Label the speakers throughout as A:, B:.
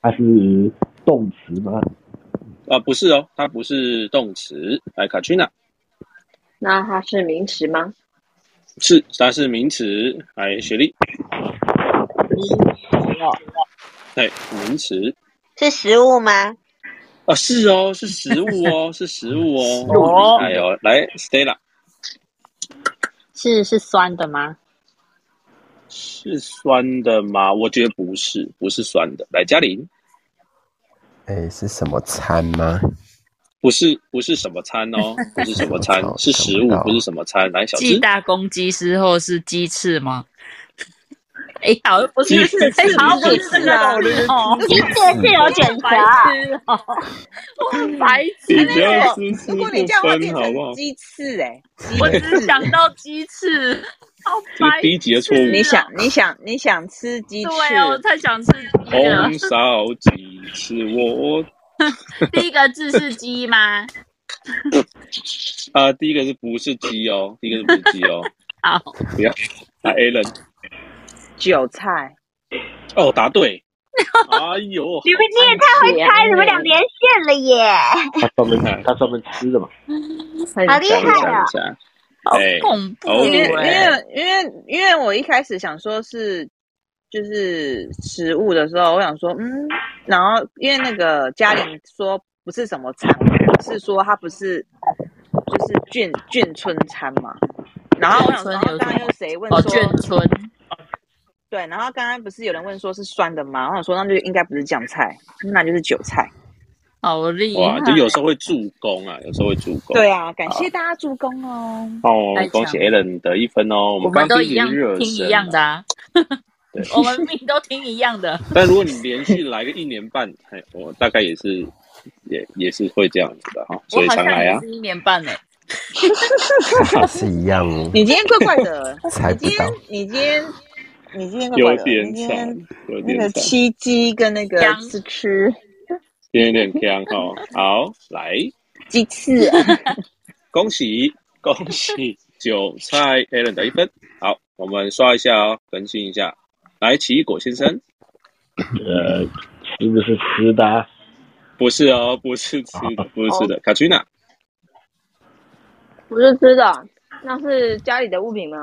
A: 它是动词吗？
B: 呃，不是哦，它不是动词。来，Katrina
C: 那它是名词吗？
B: 是，它是名词。来，雪莉，哎，名词。
D: 是食物吗？
B: 啊，是哦，是食物哦，是食物
E: 哦
B: 哦。哎呦，来，Stella
E: 是是酸的吗？
B: 是酸的吗？我觉得不是，不是酸的。来，嘉玲，
F: 哎，是什么餐吗？，
B: 不是，不是什么餐哦，不是什么餐是食物，不是什么餐。来，小
G: 继
B: 芝，
G: 大公鸡之后是鸡 翅吗？哎，好像不是
B: 鸡，
G: 哎，
B: 翅
G: 好像不是这
E: 翅
G: 个
E: 啊
G: 哦，
D: 鸡翅是
B: 嗯
D: 有选择
E: 白痴 哦，
G: 我很白痴欸
B: 你
H: 如
B: 不要
H: 果
B: 吃吃
H: 如果你
B: 不
H: 这样会变
B: 分，好不好
H: 成？鸡翅哎、鸡
G: 我
H: 翅
G: 只想到鸡翅，好
B: 这
G: 白
B: 是
G: 痴。哦
B: 低级的错误。
H: 你想你想你想吃鸡
G: 对啊，我
H: 翅，
G: 太想吃鸡了
B: 红。烧鸡翅，我
E: 第一个字是鸡吗？
B: 啊、第一个是不是鸡哦？第一个是不是鸡哦？
E: 好，
B: 不要啊，Allen，
H: 韭菜
B: 哦，答对。哎 呦，
D: 你们你也太会猜，你们俩连线了耶！
A: 它专门
B: 嗯
A: 它专门吃的嘛？
H: 很
D: 好厉
B: 想一
G: 啊
D: 害
B: 想
D: 哦
B: 一！下，
G: 好
B: 哎
G: 恐怖
E: 欸
B: 哦
H: 因为因
G: 哎！
H: 为因为因为我一开始想说是就是食物的时候，我想说嗯，然后因为那个嘉玲说不是什么餐，是说它不是就是眷眷村餐嘛。然后我想说，
E: 眷村有
H: 刚刚又谁问
E: 哦，
H: 说
E: 眷村
H: 对？然后刚刚不是有人问说是酸的吗？我想说那就应该不是酱菜，那就是韭菜。
E: 好厉害
B: 哇，，就有时候会助攻啊，有时候会助攻。
H: 对啊，感谢大家助攻哦。
B: 哦
E: 太，强
B: 恭喜 Allen 得一分哦。我
E: 我
B: 们
E: 们
B: 刚
E: 都
B: 刚
E: 一样
B: 热
E: 听
B: 身
E: 一样的
B: 啊。
E: 啊，
B: 对，
E: 我们命都听一样的。
B: 但如果你连续来个一年半，哎，我大概也是也也是会这样子的哈，
E: 我
B: 所以
E: 好
B: 常
E: 像
B: 来
E: 也
B: 啊。
E: 是一年半嘞，
F: 是一样哦，
H: 你今天怪怪 的，
F: 猜不
H: 你今天
F: 到。
H: 你今天你今天怪怪
B: 有
H: 的，
B: 点
H: 你今
B: 惨
H: 天，
B: 有
H: 那
B: 点
H: 个
B: 惨，
H: 七鸡跟那个
E: 香
H: 吃吃
B: 有点呛哈。好，来，
H: 鸡翅啊，
B: 恭喜恭喜韭菜 Allen 得一分。好，我们刷一下哦，更新一下。来，奇异果先生，
A: 呃，是不是吃的啊？
B: 不是哦，不是吃的，不是吃
C: 哦
B: 的。卡 a 娜，
C: 不是吃的，那是家里的物品吗？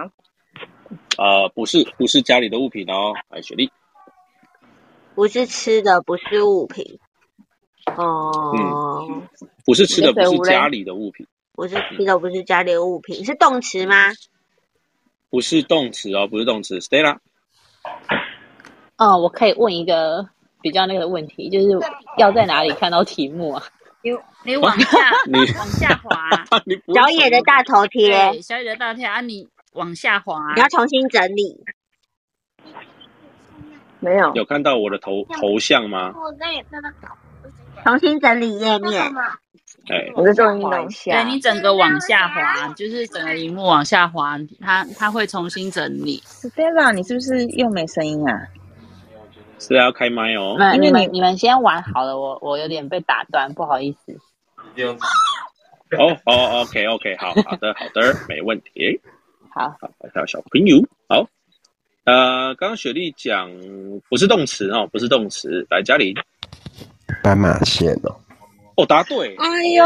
B: 呃，不是，不是家里的物品哦。来，雪莉，
D: 不是吃的，不是物品。哦，
B: 不是吃的，不
C: 你的
B: 是
C: 水壶嘞
B: 家里的物品，
D: 不是吃的，不是家里的物品，是动词吗？
B: 不是动词哦，不是动词。Stella，
E: 哦，我可以问一个比较那个的问题，就是要在哪里看到题目啊？
G: 你你往下
B: 你
G: 往下滑，
B: 啊，你不是
D: 小野的大头贴，
G: 对，小姐的大跳啊，你往下滑
D: 你，要重新整理。
C: 没有，
B: 有看到我的头头像吗？
D: 重新整理页面，
B: 哎，
C: 我在做运
H: 滑
C: 动哦
H: 一。
G: 对
H: 下，
G: 你整个往下滑，就是整个荧幕往下滑，它它会重新整理。
H: Stella，你是不是又没声音啊？
B: 是要开麦哦。
E: 那
H: 因为
E: 你
H: 你
E: 们你们先玩好了，我我有点被打断，不好意思。
B: 哦哦，OK OK，好好的好的，没问题。
E: 好，
B: 好，来看小朋友。好，呃，刚刚雪莉讲不是动词哦，不是动词。来，嘉玲，
F: 斑马线 哦，
B: 哦，答对。
H: 哎呦，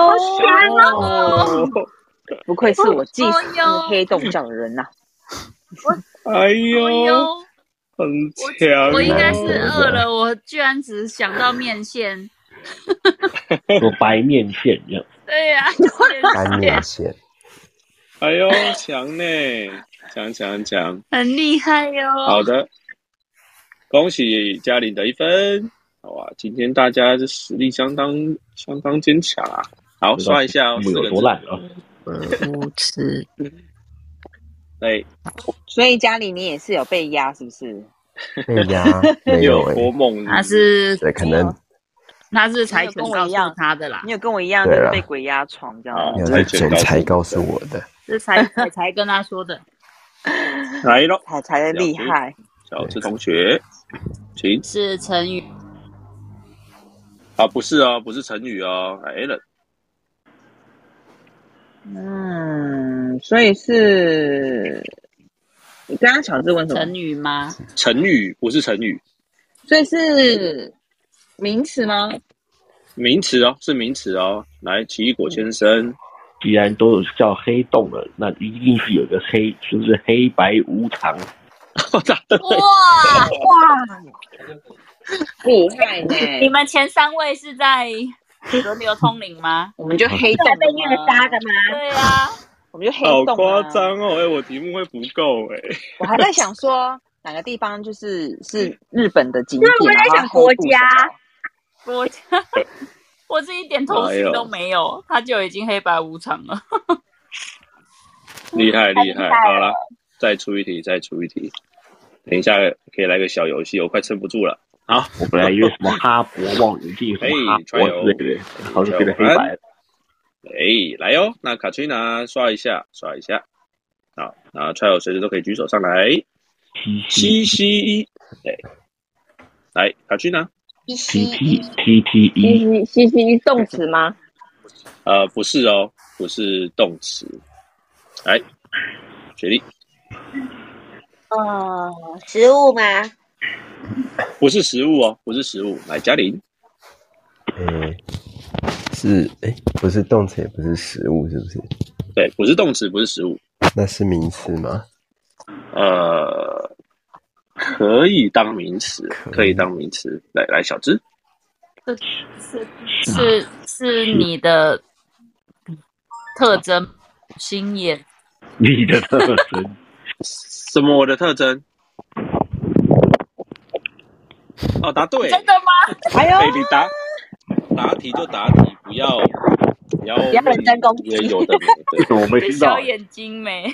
B: 哦，
H: 不愧是我计
G: 哎
H: 时
G: 呦
H: 黑洞教的人呐、啊
B: 哎
G: 哎
B: 呦，
G: 呦，
B: 很强、哦
G: 我应该是 饿了，我居然只想到面线。
A: 有白面线这样。
G: 对呀、
F: 单面线。
B: 哎呦，强呢，强强强。
G: 很厉害哟、
B: 好的，恭喜嘉玲得一分。哇，今天大家这实力相当相当坚强啊！好，刷一下哦，
A: 我
B: 四
A: 有
B: 个
A: 多
B: 字。
A: 烂啊？
F: 嗯
G: 不吃，
B: 哎，
H: 所以家里你也是有被压是不是？
F: 对呀，没
B: 你有
F: 有哎、
B: 多梦
G: 他是
F: 对，可能
G: 他是柴犬告诉他的啦，
H: 你有跟我一样就
F: 对
H: 是
F: 啊嗯
H: 被鬼压床这样
B: 啊
H: 吗？
F: 有人剪才告诉我的。
G: 是柴柴才跟他说的。
B: 来喽，
H: 才才的厉害，
B: 小智同学，请
E: 是成语
B: 啊，不是哦，不是成语哦，来 a l
H: 嗯，所以是你刚刚小智问什么？
E: 成语吗？
B: 成语不是成语，
H: 所以是名词吗？
B: 名词哦，是名词哦。来，奇异果先生，
A: 既然都有叫黑洞了，那一定是有个黑，是不是黑白无 常？
I: 哇哇，
H: 厉害呢！
G: 你们前三位是在轮流通灵吗？
H: 我们就
G: 黑
I: 洞被虐杀的吗？
G: 对啊，
H: 我们就黑
B: 好
H: 洞、啊。
B: 夸张哦！哎、我题目会不够哎、
H: 我还在想说哪个地方就是是日本的景点，
I: 对我也在想
H: 然后黑
I: 国
H: 布
I: 家
H: 什么
G: 我我这一点头绪都没有，他就已经黑白无常了。
B: 厉害厉
I: 太
B: 害！
I: 厉害
B: 好啦，再出一题，再出一题。等一下可以来个小游戏，我快撑不住了。好，
A: 我本来以为 什么哈勃望远镜、什么哈
B: 哎传
A: 勃
B: 油
A: 之类的，然后就变成黑白了。
B: 哎，来哟、哦！那卡翠娜刷一下，刷一下。好，那 t r i 随时都可以举手上来。七七一，哎，来卡翠娜，
A: T T T T
C: 西
A: E
B: 嗯
C: 西西西动词吗？
B: 呃，不是哦，不是动词。来，雪莉，
D: 呃，食物吗？
B: 不是食物哦，不是食物。来，嘉玲，
A: 嗯
F: 诶，是诶，不是动词，也不是食物，是不是？
B: 对，不是动词，不是食物。
F: 那是名词吗？
B: 呃，可以当名词，可以当名词。来来，小芝，
G: 是是是你的特征，心眼
A: 你的特征，
B: 什么我的特征？哦，答对，
G: 真的吗？
H: 哎
B: 哎、
H: 呦，
B: 你答答题就答题，不要不要
D: 不要人身攻击
B: 也有的没
A: 为
B: 的，
A: 什么我没
G: 你的
A: 听到
G: 小？眼睛没？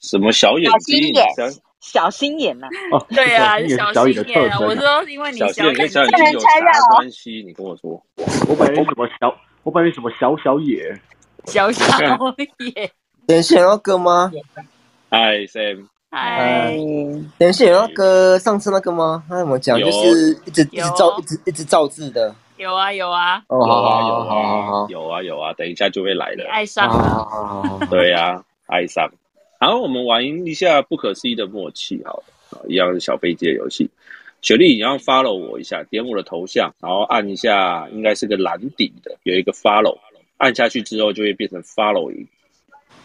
B: 什么小眼睛，小
H: 小心眼呐、
A: 哦，
G: 对啊，
A: 也
G: 是
A: 是
G: 小
A: 小
G: 心
A: 野的特
G: 眼啊！我
A: 征啊。
G: 说，因为你
B: 小
G: 小
B: 眼跟
G: 眼
B: 小眼
G: 睛，
B: 睛有啥关系？你跟我说，
A: 我本来以为什么小，我本来以为什么小小野，
G: 小小 眼，
J: 人是有那个吗？
B: 哎，Sam，
G: 哎，
J: 人是有那个上次那个吗？他怎么讲？
B: 有
J: 就是一直一直
G: 有
J: 造一直一直造字的。
G: 有啊有啊，
J: 哦，
B: 有
J: 好
B: 啊
J: 好好
B: 有
J: 好好
B: 啊
J: 好
B: 有啊有啊，等一下就会来
G: 你
B: 的。
G: 爱上啊
J: 好
G: 了。
J: 好好好好。
B: 对呀、爱上。好，我们玩一下不可思议的默契，好了，好一样是小飞机的游戏。雪莉，你要 follow 我一下，点我的头像，然后按一下，应该是个蓝底的，有一个 follow，按下去之后就会变成 following。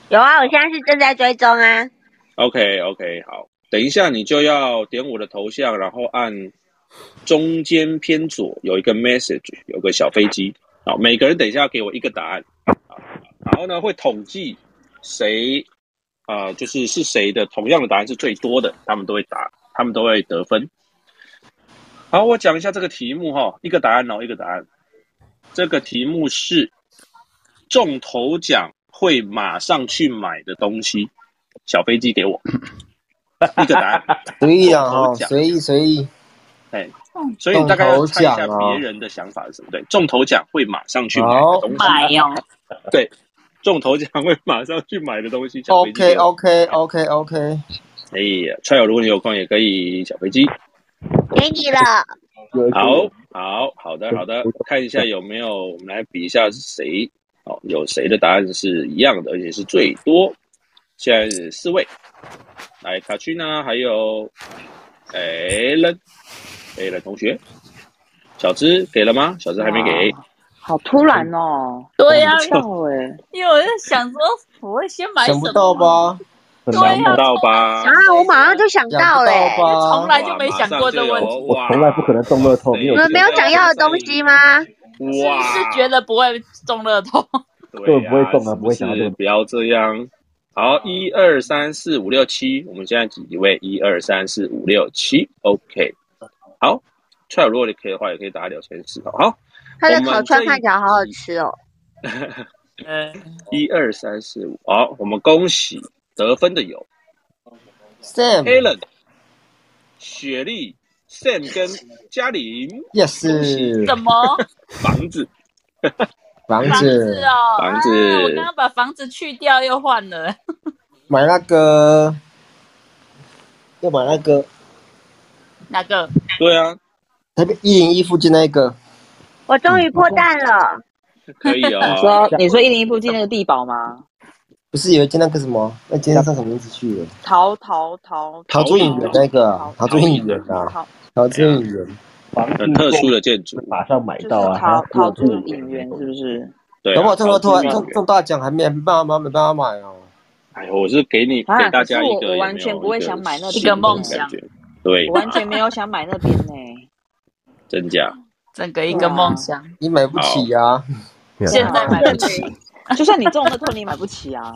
D: 有啊，我现在是正在追踪啊。
B: OK OK，好，等一下你就要点我的头像，然后按中间偏左有一个 message，有个小飞机。好，每个人等一下给我一个答案。好然后呢，会统计谁啊、呃就是是谁的同样的答案是最多的，他们都会答，他们都会得分。好，我讲一下这个题目哈、一个答案哦，一个答案。这个题目是中头奖会马上去买的东西。小飞机给我一个答案，
J: 随意啊，
B: 中头
J: 哈，
B: 奖
J: 随意随意。
B: 哎，所以你大概要猜一下
J: 中头奖啊
B: 别人的想法是什么？对，中头奖会马上去买的东西，啊
G: 买哦，
B: 中头奖会马上去买的东西。小飞机
J: OK
A: 哦
B: 给我，
J: OK OK OK。
B: 哎呀，踹友，如果你有空也可以小飞机。
D: 给你了，
A: 有一个
B: 好，好，好的，好的，看一下有没有，我们来比一下是谁哦，有谁的答案是一样的，而且是最多。现在是四位，来卡区呢，还有哎了，哎了同学，小芝给了吗？小芝还没给。
H: 好突然哦，
G: 对呀、
H: 跳
D: 嗯
H: 哎、
G: 因为我在想说，我会先买什
J: 想
G: 么？
J: 不到？吧？
F: 很
G: 对
F: 难
B: 想
G: 呀、
B: 不到吧
D: 啊，我马上就想
J: 想不
D: 到
J: 到
D: 欸嘞、
G: 我
J: 吧？
G: 从来就没想过这个问题。
B: 题
F: 我从来不可能中乐透没有
D: 你们没有想要的东西吗？
G: 是
B: 哇，
G: 是觉得不会中乐透，
B: 对呀
F: 根本不会中啊
B: 是
F: 不会想到这
B: 是
F: 个
B: 不要这样。好，一二三四五六七，我们现在几位？一二三四五六七，OK。好，踹如果你可以的话，也可以打两千四。好，
D: 他的烤串饭条好好吃哦。
G: 呃，
B: 一哎二三四五，好，我们恭喜得分的有
J: Sam，
B: Helen、雪莉、Sam 跟嘉玲，
J: yes，
G: 什么
B: 房子
J: 房
G: 房
J: 子
G: 子哦？
B: 房子
G: 啊我刚刚把房子去掉又换了，
J: 买那个，要买那个
G: 哪个？
B: 对啊，
J: 台北一零一附近那一个，
D: 我终于破蛋了，
B: 可 以
H: 你
B: 哦。
H: 说你说一零一附近那个地堡吗？
J: 啊不是有一间那个什么？那间上什么名字去了？
H: 陶陶陶
J: 陶朱影园那个啊，陶朱影园啊，
H: 陶
J: 陶朱影园。
A: 房子
B: 很特殊的建筑，
A: 马上买到啊，
H: 逃
A: 它
H: 逃出
A: 过户
H: 影院是不是？
B: 对啊，
J: 搞不好这时候突然
B: 好
J: 中中大奖还没没办法买，没办法买哦。
B: 哎呦，我是给你
H: 啊
B: 给大家
H: 可
B: 一
H: 是我
B: 个有
H: 我
B: 没有
H: 完全不会想买那
B: 新
G: 一个
B: 的
G: 梦想
B: 感觉，对
H: 我，完全没有想买那边呢、啊
B: 真假？
G: 整个一个梦想。
J: 你买不起呀、啊，
A: 嗯
F: 没有
G: 现在买不起，
H: 就算你中乐透，你也买不起啊。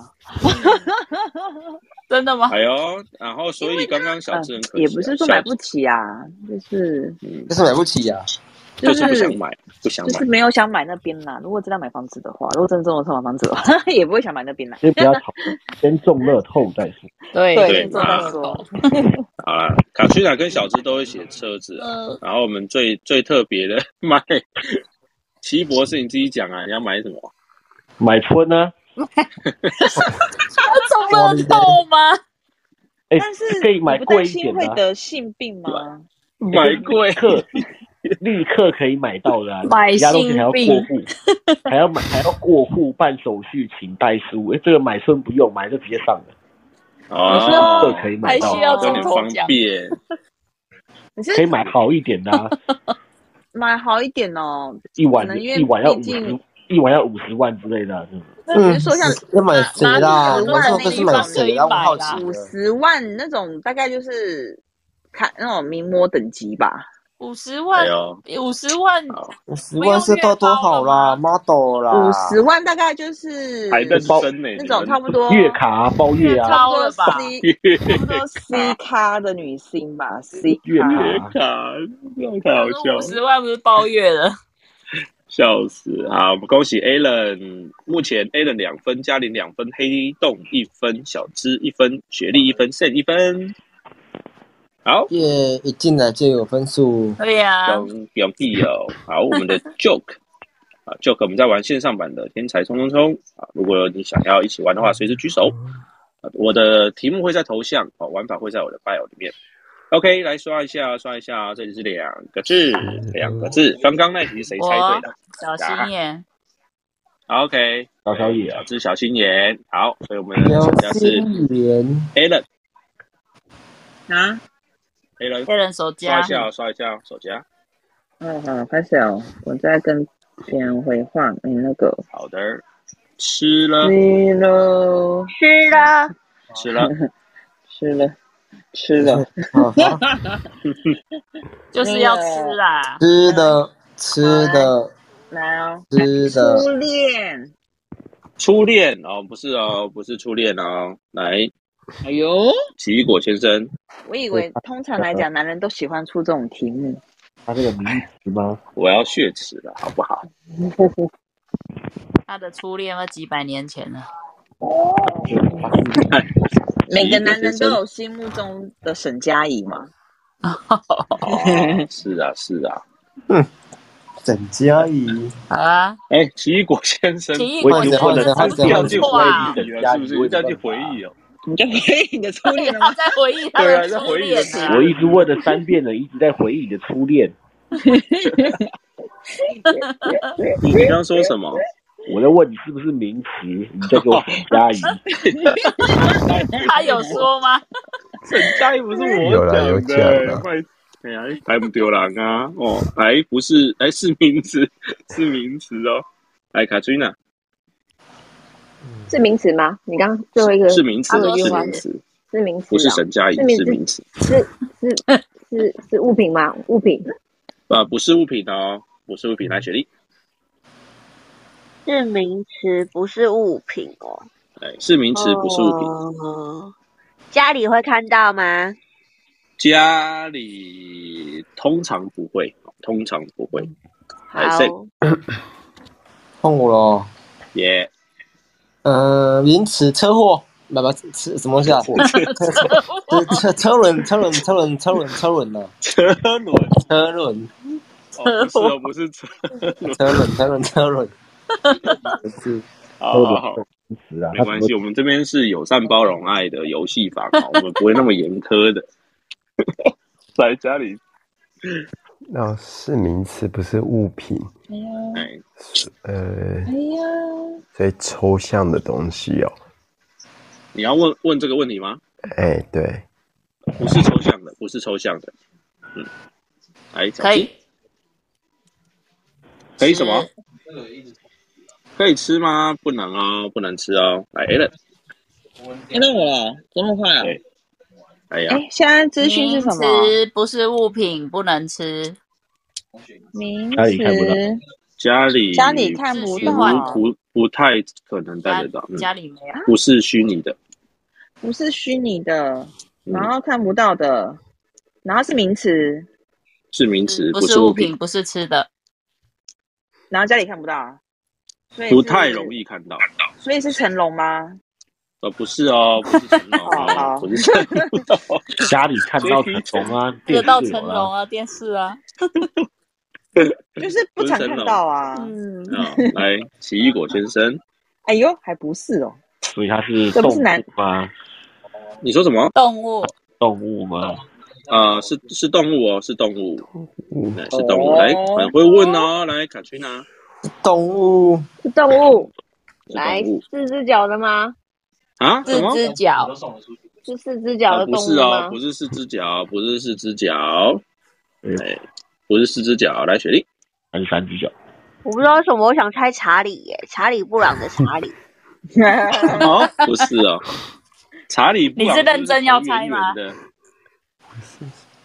G: 真的吗？
B: 哎呦，然后所以刚刚小智很可惜啊，
H: 也不是说买不
B: 小，
H: 起啊， 就是
B: 嗯
J: 就是买不起呀、
H: 就
B: 就是不
H: 是
B: 想买，不想
H: 就
B: 买
H: 是。没有想买那边啦。如果真的买房子的话，如 果真的中乐透买 房子的话，也不会想买那边啦。
A: 所以不要 吵，先中乐透再说。
E: 对
B: 对啊
H: 这 么说。
B: 好啦，卡区长跟小智都会写车子啊。
E: 呃，
B: 然后我们最最特别的买，奇博士你自己讲啊，你要买什么？
A: 买春呢、
G: 中乐透吗？
A: 哎、
H: 但是
A: 可以买
H: 你不
A: 贵一
H: 担心
A: 点
H: 会
A: 的、啊，
H: 得性病吗？
B: 买贵
A: 立刻 立刻可以买到的、啊，
E: 买
A: 其他东西还要
E: 新
A: 过户， 还要买还要过户办手续，请代书。哎、这个买春不用，买就直接上了，
B: 哦，
A: 这个可以买到
G: 还需，要
B: 有
G: 中
B: 点
G: 头
B: 方
G: 奖
B: 便。
H: 你是
A: 可以买好一点的、啊，
H: 买好一点哦，
A: 一碗
H: 可能因为
A: 一碗要五
H: 毕
A: 十
H: 竟，
A: 一碗要五十万之类的啊、嗯
H: 那只是说像
J: 要买谁啦？我
H: 哪里有万
J: 说可是买谁啊啦？我好奇
H: 五
J: 了。
H: 十万那种，大概就是看那种名模等级吧。
G: 五十万
B: 哎，呦，
G: 五十万，
B: 好，
J: 五十万是多多好啦，model 啦，
H: 五十万大概就是
B: 还认真呢，
H: 那
B: 你
H: 种
B: 们
H: 差不多
A: 月卡、啊、包月啊，
H: 差不
G: 高了
H: 多
G: 吧
H: C 差不多 C 咖的女星吧，C
A: 月
H: 咖。
B: 月
A: 卡。
B: 卡，这太好笑
G: 五
B: 了，
G: 十万不是包月了？
B: 笑死！好，我们恭喜 Alan，目前 Alan 两分，嘉玲两分，黑洞一分，小芝一分，雪莉一分，Sen 一分。 好，
J: 耶，一进来就有分数。
G: 对呀，
B: 跟表弟有。好，我们的 Joke 啊，Joke 我们在玩线上版的《天才冲冲冲》啊，如果你想要一起玩的话，随时举手。啊我的题目会在头像，哦，玩法会在我的 bio 里面。OK，来刷一下，刷一下，这里是两个字，两个字。刚刚那题谁猜对的？
G: 小心眼，
B: 好 OK，
A: 小小野
B: 小
A: 啊，
B: 智、小心眼。好，所以我们的
J: 有
B: 选项是
J: 心连
B: Alan，Alan
H: 啊，
G: 被人手
B: 刷一
G: 加，
B: 下哦，刷一下哦，手夹。
H: 嗯好，开始哦，我在跟别人回话，你那个
B: 好的，吃了，
H: 吃喽，
D: 吃了，
B: 吃了，
H: 吃了，吃 了，
J: 啊，好
G: 就是要吃啊！
J: 吃的吃的
H: 来哦，
J: 吃
H: 初
J: 的，
H: 恋，
B: 初恋哦，不是哦，不是初恋哦，来。
G: 哎呦，
B: 奇异果先生，
H: 我以为通常来讲，男人都喜欢出这种题 目，
A: 他这个名词吗？
B: 我要血池了，好不好？
G: 他的初恋要几百年前了，
H: 哦每个男人都有心目中的沈佳宜嘛，
B: 哦是啊，是 啊。
J: 沈佳宜，
G: 好啊，
B: 哎，奇异果先生，
G: 奇异
A: 我
G: 果
A: 已
G: 先
A: 经问了
G: 生
A: 三
J: 换
B: 我
J: 谁换谁
B: 掉进
G: 不错
B: 回
G: 啊，
B: 忆里了，是不是？掉进回忆哦。
H: 你就回忆你的初恋了
G: 他
H: 吗？
G: 在回忆他的初恋啊
A: 我一直问了三遍了，一直在回忆你的初恋。
B: 你你刚刚说什么？
A: 我在问你是不是名词，你在 给我沈佳宜。
G: 他有说 吗？
B: 沈佳宜不是我
F: 有啦有
B: 讲
F: 讲
B: 的
F: 啦，
B: 快哎呀，还不丢人啊！哦，哎，不是，哎，是名词，是名词哦。来，卡翠娜，
C: 是名词吗？你刚刚最后一个
B: 是名词，
C: 阿罗
B: 是
C: 是
B: 名词，
C: 是名词、啊，
B: 不是沈佳宜
C: 是，名
B: 是
C: 词
B: 名词。
C: 是是是是物品吗？物品
B: 啊，不是物品哦，不是物品。来，雪莉，
D: 是名词，不是物品哦。
B: 哎，是名词，不是物品。
D: 哦家里会看到吗？
B: 家里通常不会，通常不会。还
D: 好
B: 是，
J: 换我喽。
B: 耶，
J: 呃，名词车祸，不不，车什么东 西啊？车车车轮车轮车轮车轮车轮啊呢？
B: 车轮
J: 车轮
B: 哦，不是哦，不是车。
J: 车轮车轮车轮，不是
B: 好好好，
A: 名词啊，
B: 没
A: 他怎
B: 关系，
A: 么
B: 我们这边是友善包容爱的游戏房，哦我们不会那么严苛 的。来家里，
F: 哦，是名词，不是物品。
B: 哎，
F: 是呃，
J: 哎
F: 所以抽象的东西哦，
B: 你要问问这个问题吗？
F: 哎，对，
B: 不是抽象的，不是抽象的。嗯，来，小
G: 可
B: 七
G: 以，
B: 可以什么？可以吃吗？不能哦，不能吃哦。来 a l n
H: 哎，那我了，这么快啊？
B: 哎呀，
H: 哎，现在资讯是什么？
G: 名词不是物品，不能吃。
H: 名
B: 家里看不到
H: 词
B: 家里
H: 家里看不到啊
B: 不不不太可能带得到，嗯
H: 家里没啊
B: 不是虚拟的，
H: 不是虚拟的，
B: 嗯
H: 然后看不到的，然后是名词，
B: 是名词，
H: 嗯不
B: 不
H: 是
B: 物
H: 物品
G: 不是吃的，
H: 然后家里看不到，啊所以
B: 不太
H: 易，
B: 容易看到。
H: 所以是成龙吗？
B: 呃，不是哦，不是成龙 哦，不是成龙哦，
A: 家里看到成龙啊，
G: 得
A: 电
G: 到
A: 视
G: 成
A: 有
G: 龙
A: 啦，
G: 啊，电视 啊，
H: 就是不常看到啊。
G: 嗯，
B: 啊， 来，奇异果先生，
H: 哎呦，还不是哦，
A: 所以它是
H: 这不
A: 动
H: 是
A: 物
H: 男
A: 吗？
B: 你说什么？
G: 动物
A: 动物吗？
B: 呃，是是动物哦，是动物，
F: 嗯
B: 对是动物。来，很会问哦，来，卡翠娜，
J: 动物
C: 是动物，来
B: 是动物
C: 四只脚的吗？
B: 啊？什么？
G: 脚，
C: 是四只脚
B: 呃
C: 的
B: 不
C: 动
B: 是
C: 物
B: 哦，
C: 吗
B: 不？是四只脚，不是四只脚，哎，不是四只脚。来，雪莉，
A: 还是三只脚？
D: 我不知道为什么，我想猜查理耶，查理布朗的查 理，
B: 哦，不是哦，查理布朗
G: 你是认真要猜吗
B: 就是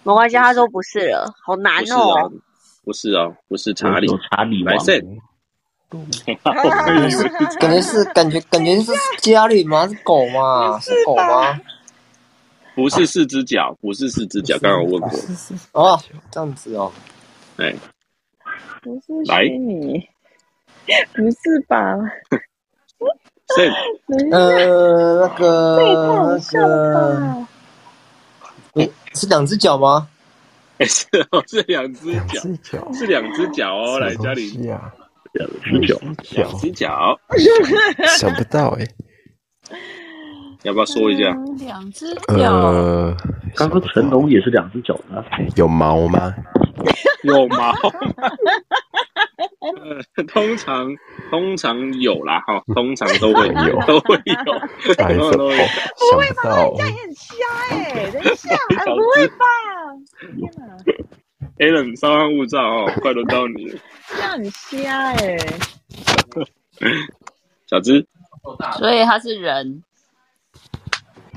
D: 没关系，他说不是了，好难
B: 圆圆的
D: 哦。
B: 不是哦，不是哦，不是查理
A: 有，查理
B: 来
A: 王，
B: Sam，
F: 哦
J: 感觉是感觉感觉是家里吗？是狗吗？是狗吗？
B: 不是四只脚，不是四只脚，刚刚我问过，
J: 哦，这样子哦，
B: 哎，
H: 不是
B: 来
H: 虚拟，不是吧？
B: Sam，
J: 呃，那个
H: 这也太好
J: 那
H: 笑了
J: 个，
H: 吧！
J: 你是两只脚吗？
B: 哎是哦，是两只
F: 两
B: 脚，
F: 只脚，
B: 是两只脚哦，来家里
F: 什么东西啊，
A: 两只脚，
F: 脚
B: 两只脚，
F: 想不到哎，
B: 要不要说一下？
G: 两只脚，
F: 呃，想
A: 刚
F: 不
A: 刚
F: 到
A: 成龙也是两只脚的啊，
F: 有毛吗？
B: 有毛吗？呃，通常通常有啦，哈，通常都会
F: 有
B: 都会有，
F: 白
B: 通常
F: 色
B: 都
F: 哦
B: 会有。，
F: 想不到哦，
H: 很瞎哎，等一下，哎不会吧？天哪，
B: Alan，稍安勿躁哦，快轮到你了，
H: 这样很瞎哎！
B: 小芝，
G: 所以他是人，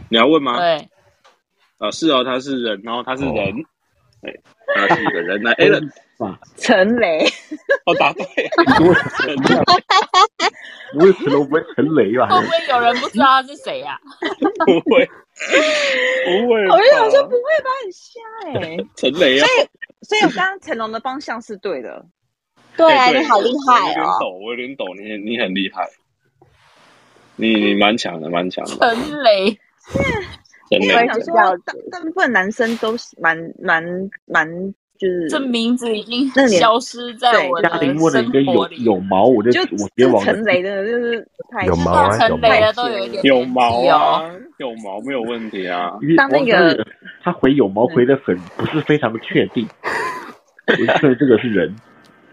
B: 你要问吗？
G: 对，
B: 啊，是哦，他是人，然后他是人
F: 哦，
B: 哎、他是一个人。来，Alan，
H: 陈雷，
B: 哦，答对了，
A: 不会不会成龙，不会陈雷吧？
G: 会不会有人不知道他是谁 啊呀？
B: 不会，不会吧，
H: 我就想说不会吧，很瞎哎！
B: 陈雷啊，
H: 所以我刚刚成龙的方向是对的，
D: 对啊，
B: 哎
D: 你好厉害哦！
B: 我有点抖，我有点抖，你你很厉害，你你蛮强的，蛮强的，
G: 陈雷，
B: 陈
H: 因
B: 雷
H: 为我
D: 对
H: 想说
D: 了解
H: 大大部分男生都是蛮蛮蛮就是
G: 这名字已经
H: 那年
G: 消失在我的
A: 嘉玲问了一个
G: 生活
A: 有
G: 里。
A: 有毛，我就
H: 就
A: 我直接往
H: 就陈雷的就是太
F: 有毛啊
G: 到陈雷了都有一点
B: 有
G: 年
B: 毛
G: 纪哦，
B: 啊，有毛没有问题啊，
A: 因为
H: 当那
A: 王
H: 个
A: 小野他回有毛回的很不是非常确 定，我确认这个是人，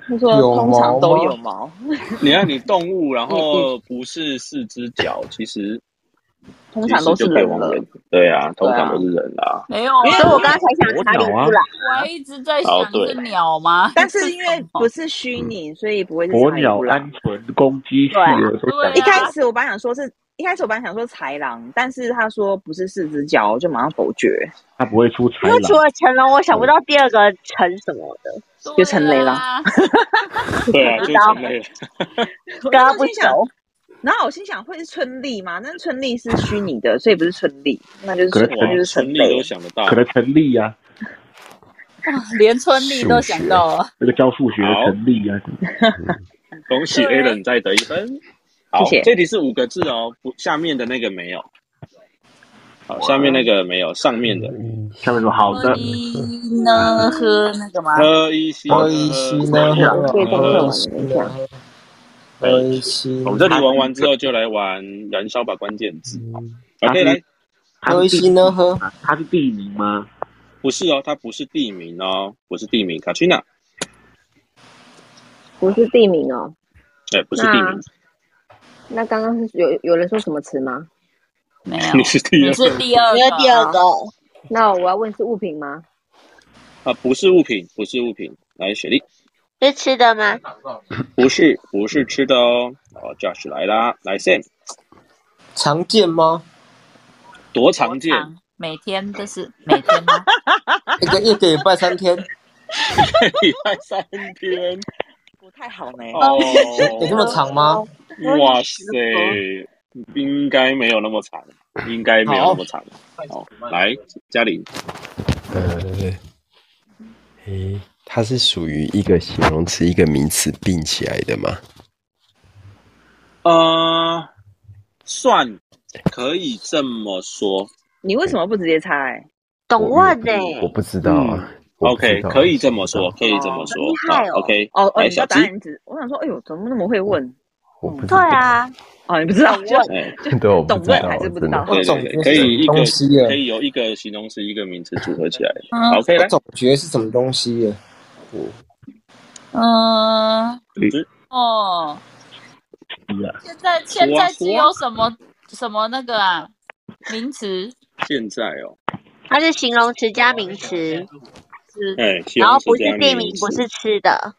H: 他说通常都有毛，啊
B: 你看你动物，然后不是四只脚，其实
H: 通常都
B: 其
H: 是
B: 实就可以
H: 人
B: 往
H: 了
B: 人。，对啊，通常
H: 对啊
B: 都是人啦，
G: 没有啊，
D: 所以我刚才想
A: 鸵
D: 查理
A: 鸟啊
D: 布朗，
G: 我还一直在
B: 哦
G: 想
B: 对
G: 是鸟吗？
H: 哦但是因为 不
G: 是
H: 是虚拟，所以不会是
A: 鸵
H: 豺
A: 鸟、
H: 狼。
A: 鹌鹑、公鸡、企
D: 对啊
A: 鹅都讲
G: 对啊
H: 一开始我本来想说是，一开始我本来想说豺狼，但是他说不是四只脚，我就马上否决。
A: 他不会出
D: 因
A: 豺
D: 为除
A: 狼，
D: 了成龙，我想不到第二个成什么的。
G: 什么
H: 就陈雷
G: 对
H: 了
G: 啊
B: 对啊，就是陈雷了。
H: 我
D: 跟他
H: 那时候
D: 不
H: 心想
D: 熟，
H: 然后我心想会是春丽吗？但是春丽是虚拟的，所以不是春丽，那就是春，
B: 哇
H: 那就是，
B: 春
H: 陈
B: 丽
H: 雷
B: 都。想得到，
A: 可能陈立啊，
G: 连春丽都想到了。
A: 那个教数学的陈立啊，
B: 恭喜
G: 对
B: Alan 再得一分。好，
H: 谢谢
B: 这题是五个字哦，不，下面的那个没有。好，下面那个没有，上面的
J: 嗯
A: 下面说好的，
G: 你呢？喝那个吗？
B: 喝一西呢，
J: 喝一西呢？
H: 对功课
J: 喝
H: 完
J: 一西
H: 了这
J: 呢？喝一西
B: 我们
J: 呢？
B: 这里玩完之后就来玩燃烧吧关键字。
J: 嗯
A: 它
B: OK，
A: 是
B: 来，
G: 嗯
A: 他
J: 喝一
A: 是
J: 西
A: 地
J: 呢？喝
A: 他是地名吗？
B: 不是哦，它不是地名哦，不是地名。卡奇娜，
C: 不是地名哦。
B: 哎，不是地
G: 啊
B: 名，
C: 那刚刚是有有人说什么词吗？
G: 没
B: 你
G: 有，
B: 是第
G: 你
B: 二
G: 是第二
D: 因为第
G: 个。
D: 二个
C: 那我要问是物品吗？
B: 啊，不是物品，不是物品。来，雪莉，
D: 是吃的吗？
B: 不是不是吃的哦。好，Josh 来啦，来 Sam，
J: 常见吗？
B: 多常见？
I: 每天都是每天吗？
J: 一个一个礼拜三天，
B: 礼拜三天，
H: 不太好呢。
B: 哦，
J: 有这么长吗？
B: 哇塞，应该没有那么长，应该没有那么长。好，来嘉玲，
F: 呃，诶，它是属于一个形容词、一个名词并起来的吗？
B: 呃，算可以这么说。
H: 你为什么不直接猜？
D: 懂问呢、
F: 我不知道啊。我不知
B: 嗯 OK，
F: 道
B: 可以这么说，可以这么说。
H: 厉害
B: 好
H: 哦
B: OK，
H: 哦哦，
B: 来
H: 你知
B: 小
H: 道
B: 鸡
H: 答，案只，我想说，哎呦，怎么那么会问？
F: 我不知
D: 对
F: 道，
D: 啊，
H: 哦，你不知道，就
B: 哎，
F: 对，我不
H: 懂
F: 知
H: 问
F: 道，
H: 还是不知道？
F: 真的
B: 对对对，可以一个可以由一个形容词、一个名词组合起来。OK，
H: 嗯
J: 我
B: 来，
J: 总觉得是什么东西耶？
I: 嗯，哦，现在现在只有什么什么那个啊名词
B: 现在哦，
D: 它是形容词加名词，
I: 是
B: 哎，形
D: 然
B: 容
D: 后
B: 词
D: 不是
B: 加
D: 地
B: 名
D: 名，
B: 词
D: 不是吃
B: 啊
D: 的。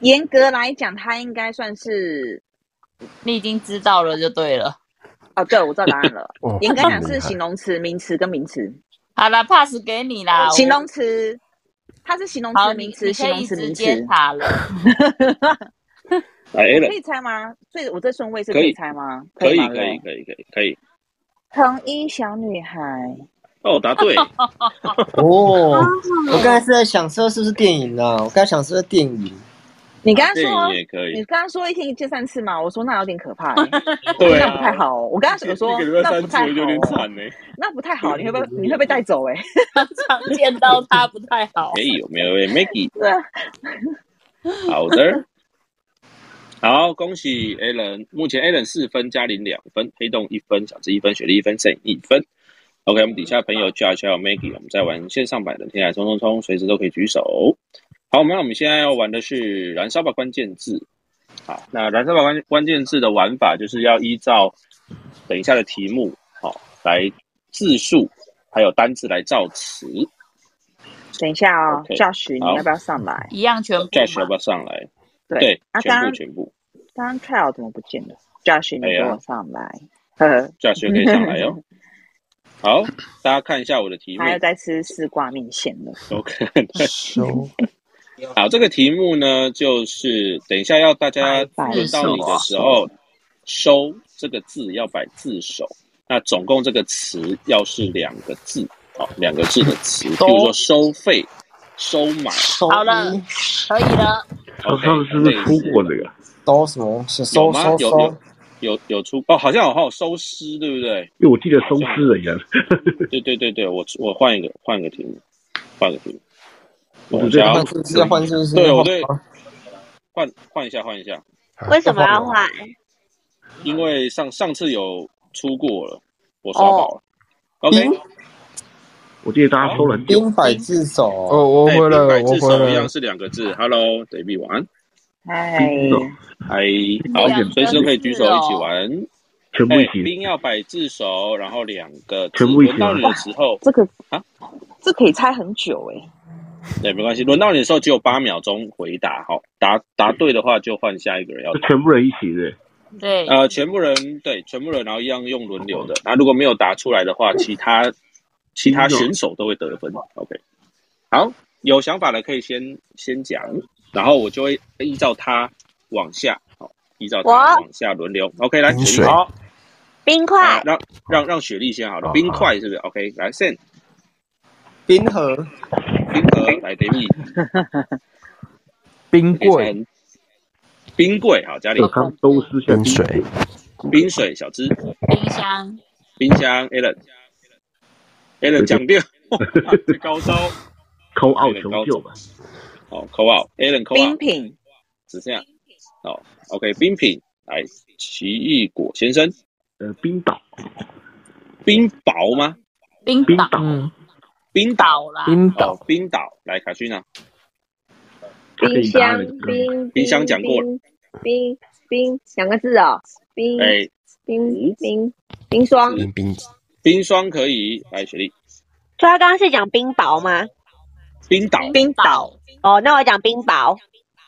H: 严格来讲，它应该算是
I: 你已经知道了就对了。
H: 哦，对，我知道答案了。
F: 哇
H: 严格讲
F: 真
H: 是
F: 厉害
H: 形容词、名词跟名词。
I: 好了，pass 给你啦。
H: 形容词，它是形容
I: 好，
H: 词、
I: 你
H: 名
I: 你
H: 词、
I: 可
H: 形容
I: 以
H: 词、
I: 直
H: 名词。
I: 接查了。
B: 来哎 a
H: 可
B: l
H: 以猜吗？所以我这顺位是
B: 可
H: 可
B: 以
H: 以猜吗？
B: 可以
H: 吗
B: 可以。可以可以可以，
H: 成衣小女孩，
B: 哦，答 对，
H: 啊
J: 哦，我刚才是在想说是不是电影啊？我刚才想是不是电影？
H: 你刚刚
B: 啊电
H: 说
B: 影也可
H: 你
B: 以，
H: 刚刚说一天一键三次嘛，我说那有点 可怕、欸，
B: 对
H: 那不太
B: 啊。
H: 好、哦。我刚刚我说
B: 一个礼拜
H: 那
B: 三
H: 不
B: 次
H: 太好、
B: 有点
H: 哦，
B: 惨呢。
H: 那不太好，你会被你会被带走哎、欸。
I: 常见到他不太好
B: 哎，有 没有哎，Maggie？
H: 对啊，
B: 好的，好，恭喜 Alan，目前 Alan 四分，嘉玲两分，黑洞一分，小智一分，雪莉一分，Sam 一分。OK，我们底下朋友 Josh 还有 Maggie，我们在玩线上版的《天海冲冲冲》，随时都可以举手。好，那我们现在要玩的是燃烧吧关键字。好，那燃烧吧关关键字的玩法就是要依照等一下的题目，好、来字数还有单字来造词。
H: 等一下哦
B: OK，
H: 教许你
B: 好
H: 要不要上来？
I: 一样全部
B: Josh 要
I: 嘛
B: 不要上来？
H: 对
B: 对，
H: 啊，
B: 全
H: 刚
B: 部
H: 刚
B: 全部
H: 刚刚 trial 怎么不见了？教许你
B: 哎
H: 给
B: 呀
H: 我上来，呵呵，
B: ，Josh 就可以上来哟、好，大家看一下我的题目
H: 还。要再吃丝瓜面线了。
B: OK，
F: 收
B: 好，这个题目呢，就是等一下要大家轮到你的时候，收这个字要摆字首。那总共这个词要是两个字，好，两个字的词，比如说收费、收买
J: 收
I: 好了
J: 衣
I: 可以了。
A: 哦，
B: ，OK，
A: 他们是不是
B: 类
A: 出
B: 似
A: 过这个？
J: 收什么？是
B: 有
J: 收
B: 吗？
J: 收
B: 有
J: 收
B: 有。有有出哦，好像有还有收尸，对不对？
A: 因为我记得收尸人一样，
B: 对对对对，我我换一个换一个题目，换一个题目。
A: 我
B: 我
A: 觉得他
B: 想要
J: 换是不是要换是不是？
B: 对我对换换一下换一下，
D: 啊为什么要换？
B: 因为上上次有出过了，我刷爆了。OK，
J: 冰
A: 我记得大家收了很久。
J: 冰百字手，
K: 哦，我
B: 哎，
K: 回来
B: 平
K: 了，
B: 白
K: 我
B: 字
K: 回
B: 首
K: 来
B: 一
K: 了
B: 样。是两个字。Hello，d a v i d 晚安。
H: 嗨，
A: 冰手
B: 嗨，好
A: 哎两个，字
B: 随时都可以举手一起玩。
A: 全部
B: 哎
A: 一，起，
B: 冰要摆字首，然后两个字。
A: 全部一起
B: 轮到你的时候，
H: 这个
B: 啊，
H: 这可以猜很久哎、
B: 对，没关系。轮到你的时候只有八秒钟回答，好，答答对的话就换下一个人要答。
A: 全部人一起对。
I: 对，
A: 嗯
B: 呃，全部人对，全部人，然后一样用轮流的。那如果没有答出来的话，其他其他选手都会得分。OK，好，有想法的可以先先讲，然后我就会依照他往下，好，依照他
D: 我
B: 往下轮流。OK，来，
F: 冰
B: 雪
F: 水
B: 莉，
F: 好
D: 冰
B: 啊
D: 块、
B: 让让让雪莉先好了，
F: 好
B: 冰块是不是？OK，来，Sen，
J: 冰河
B: 冰河，来 d a v i
K: 冰
B: 可以猜
K: 柜、
B: 很冰柜，好，家里
A: 这个刚收尸下
F: 冰水、
B: 冰水，小资，
I: 冰箱
B: 冰箱，Allen，Allen 讲掉， 哇这高招，
A: 抠奥求救吧，
B: 好，扣 out a l l n 扣 out
H: 冰。 品
B: 只剩下哦，OK，冰品来，奇异果先生，
A: 呃，冰岛，
B: 冰雹吗？
I: 冰
A: 冰
I: 岛
A: 岛，
K: 嗯，
B: 冰岛
I: 岛啦，
K: 冰
B: 哦
K: 岛、，
B: 冰岛来，卡西娜，
A: 这个
C: 冰
A: 你答
C: 箱
A: 了你，刚
C: 冰
B: 冰箱讲过了
C: 冰冰冰两个字哦，冰
B: 哎，
C: 冰冰冰霜
F: 冰冰
B: 冰霜可以，来，雪莉，
D: 所以他刚刚是讲冰雹吗？
B: 冰岛，
D: 冰岛。哦，那我讲冰雹。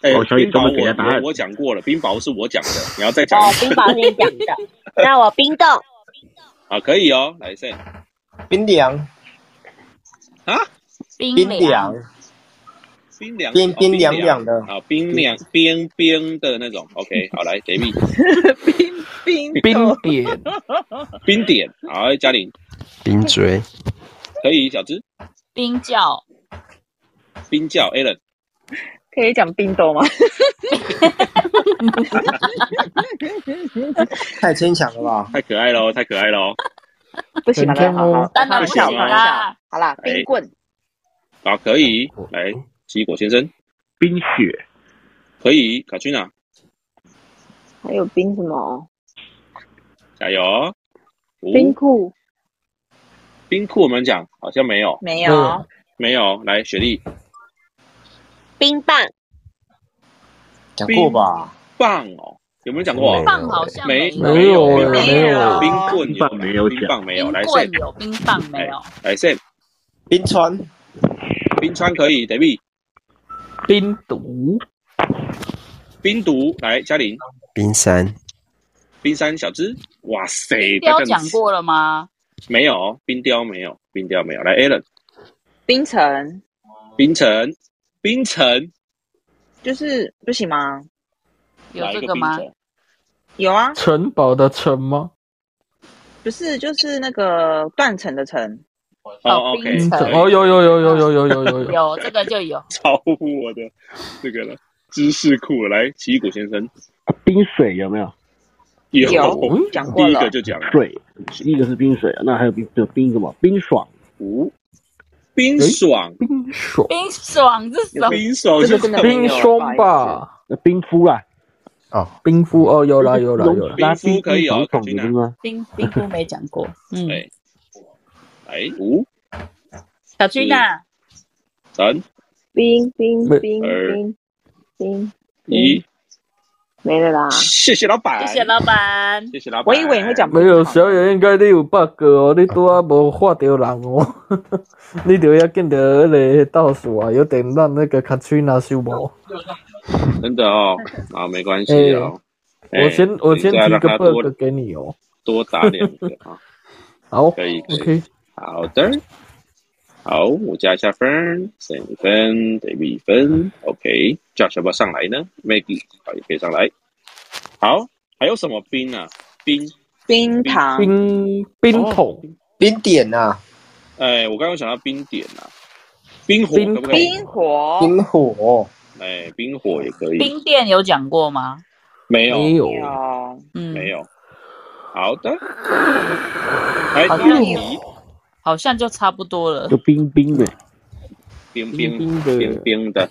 B: 哎
A: 哦，小雨
B: 冰
A: 终
B: 雹
A: 于给他答案
B: 我我我讲过了，冰雹是我讲的，你要再讲
D: 哦
B: 一，次
D: 冰雹是你讲的。 那我冰冻，
B: 啊，可以哦，来噻，
J: 冰凉，
I: 冰
J: 冰凉，
B: 冰凉，
J: 冰
B: 啊哦
J: 冰凉凉的
B: 啊，冰凉冰冰的那种。OK，好，来，给你
H: 冰
F: 冰
J: 哎
F: 点，
B: 冰点，好，嘉玲
F: 冰锥，
B: 可以，小芝
I: 冰窖，
B: 冰窖 a l a n
H: 可以讲冰斗吗？
J: 太牵强了吧？
B: 太可爱喽，太可爱喽。
H: 不行了，好好，
I: 当然
H: 好
I: 不啊
H: 笑
I: 行
H: 好笑
I: 啦。
H: 好啦，
I: 哎
H: 冰棍，
B: 啊，可以，来，奇异果先生，
A: 冰雪，
B: 可以，卡君娜，
C: 还有冰什么？
B: 加油哦！五
C: 冰库。
B: 冰库我们讲好像没有，
H: 没
K: 嗯
H: 有，
B: 没有，来，雪莉
D: 冰棒，
J: 讲过吧？
B: 棒哦，有没有讲过啊？
I: 棒好像
B: 没
I: 没
B: 有
I: 有
B: 没
I: 没
B: 有
I: 有
B: 冰棍有
A: 棒没有
B: 冰
A: 讲
B: 棒没有，
I: 冰
B: 来
I: 棍
B: Sam
I: 有，冰棒没有。
B: 来 Sam
J: 冰川，
B: 冰川可以，David
K: 冰毒，
B: 冰毒来嘉玲
F: 冰山，
B: 冰山小只，哇塞，他
I: 雕
B: 更
I: 讲过了吗？
B: 没有冰雕没有冰雕没有，来 Alan
H: 冰城
B: 冰城冰城
H: 就是不行吗？
I: 有
B: 来一
I: 这
B: 个
I: 个吗
B: 冰？城
H: 有啊，
K: 城堡的城吗？
H: 不是就是那个断层的层，
B: 哦，OK，
I: 冰城
K: 哦，有有有有有有有有有，
I: 有这个就有。
B: 超乎我的这个了知识库了，来奇异果先生
A: 冰水有没有？
B: 有
H: 有讲过
B: 第一
H: 了
B: 个就讲了
A: 水，一个是冰水，啊那还有冰有冰什么？冰爽，
B: 五冰爽
K: 冰爽，
I: 冰爽是什么？
B: 冰爽
H: 这
B: 是
H: 个真的没有
K: 冰霜吧？
A: 那冰敷啊啦，
F: 哦，
K: 冰敷哦，有啦有啦有啦，
A: 拉
B: 冰敷可以哦
A: 冰爽的冰吗？
G: 冰冰姑没讲过。嗯，
B: 哎来五
G: 小君呐，
B: 三
C: 冰冰
K: 没
C: 冰
B: 二
C: 冰冰，
B: 一，
C: 没了啦。
B: 谢谢老板，
I: 谢谢老板。
B: 谢谢老板，
H: 我以为你会讲
K: 没有小野应该你有 bug 哦，你拄啊无画着人哦， 你就要见到迄个倒数啊，有点让那个 Katrina 哦修无。
B: 真的哦，啊，没关系哦。哎
K: 我先我先
B: 你再
K: 提
B: 让
K: 个
B: 他多
K: bug 给你哦，
B: 多打两个啊。
K: 好
B: 可以可以
K: ，OK，
B: 好的，好，我加一下分，三分得一分，OK。Josh 要不要上来呢？Maggie 好也可以上来。好，还有什么冰啊？冰，
H: 冰糖，
K: 冰冰桶
J: 冰点啊呐，
B: 哎，我刚刚想到冰点啊，冰火
K: 冰
B: 可不可以？
H: 冰火，
J: 冰火，
B: 哎，冰火也可以。
G: 冰店有讲过吗？
B: 没有，
K: 没有
H: 有
G: 嗯，
B: 没，有。好的，来
G: 好像
B: 第一
G: 有
B: 题，
G: 好像就差不多了
A: 就。冰冰的，
B: 冰冰
K: 冰的
B: 冰冰的。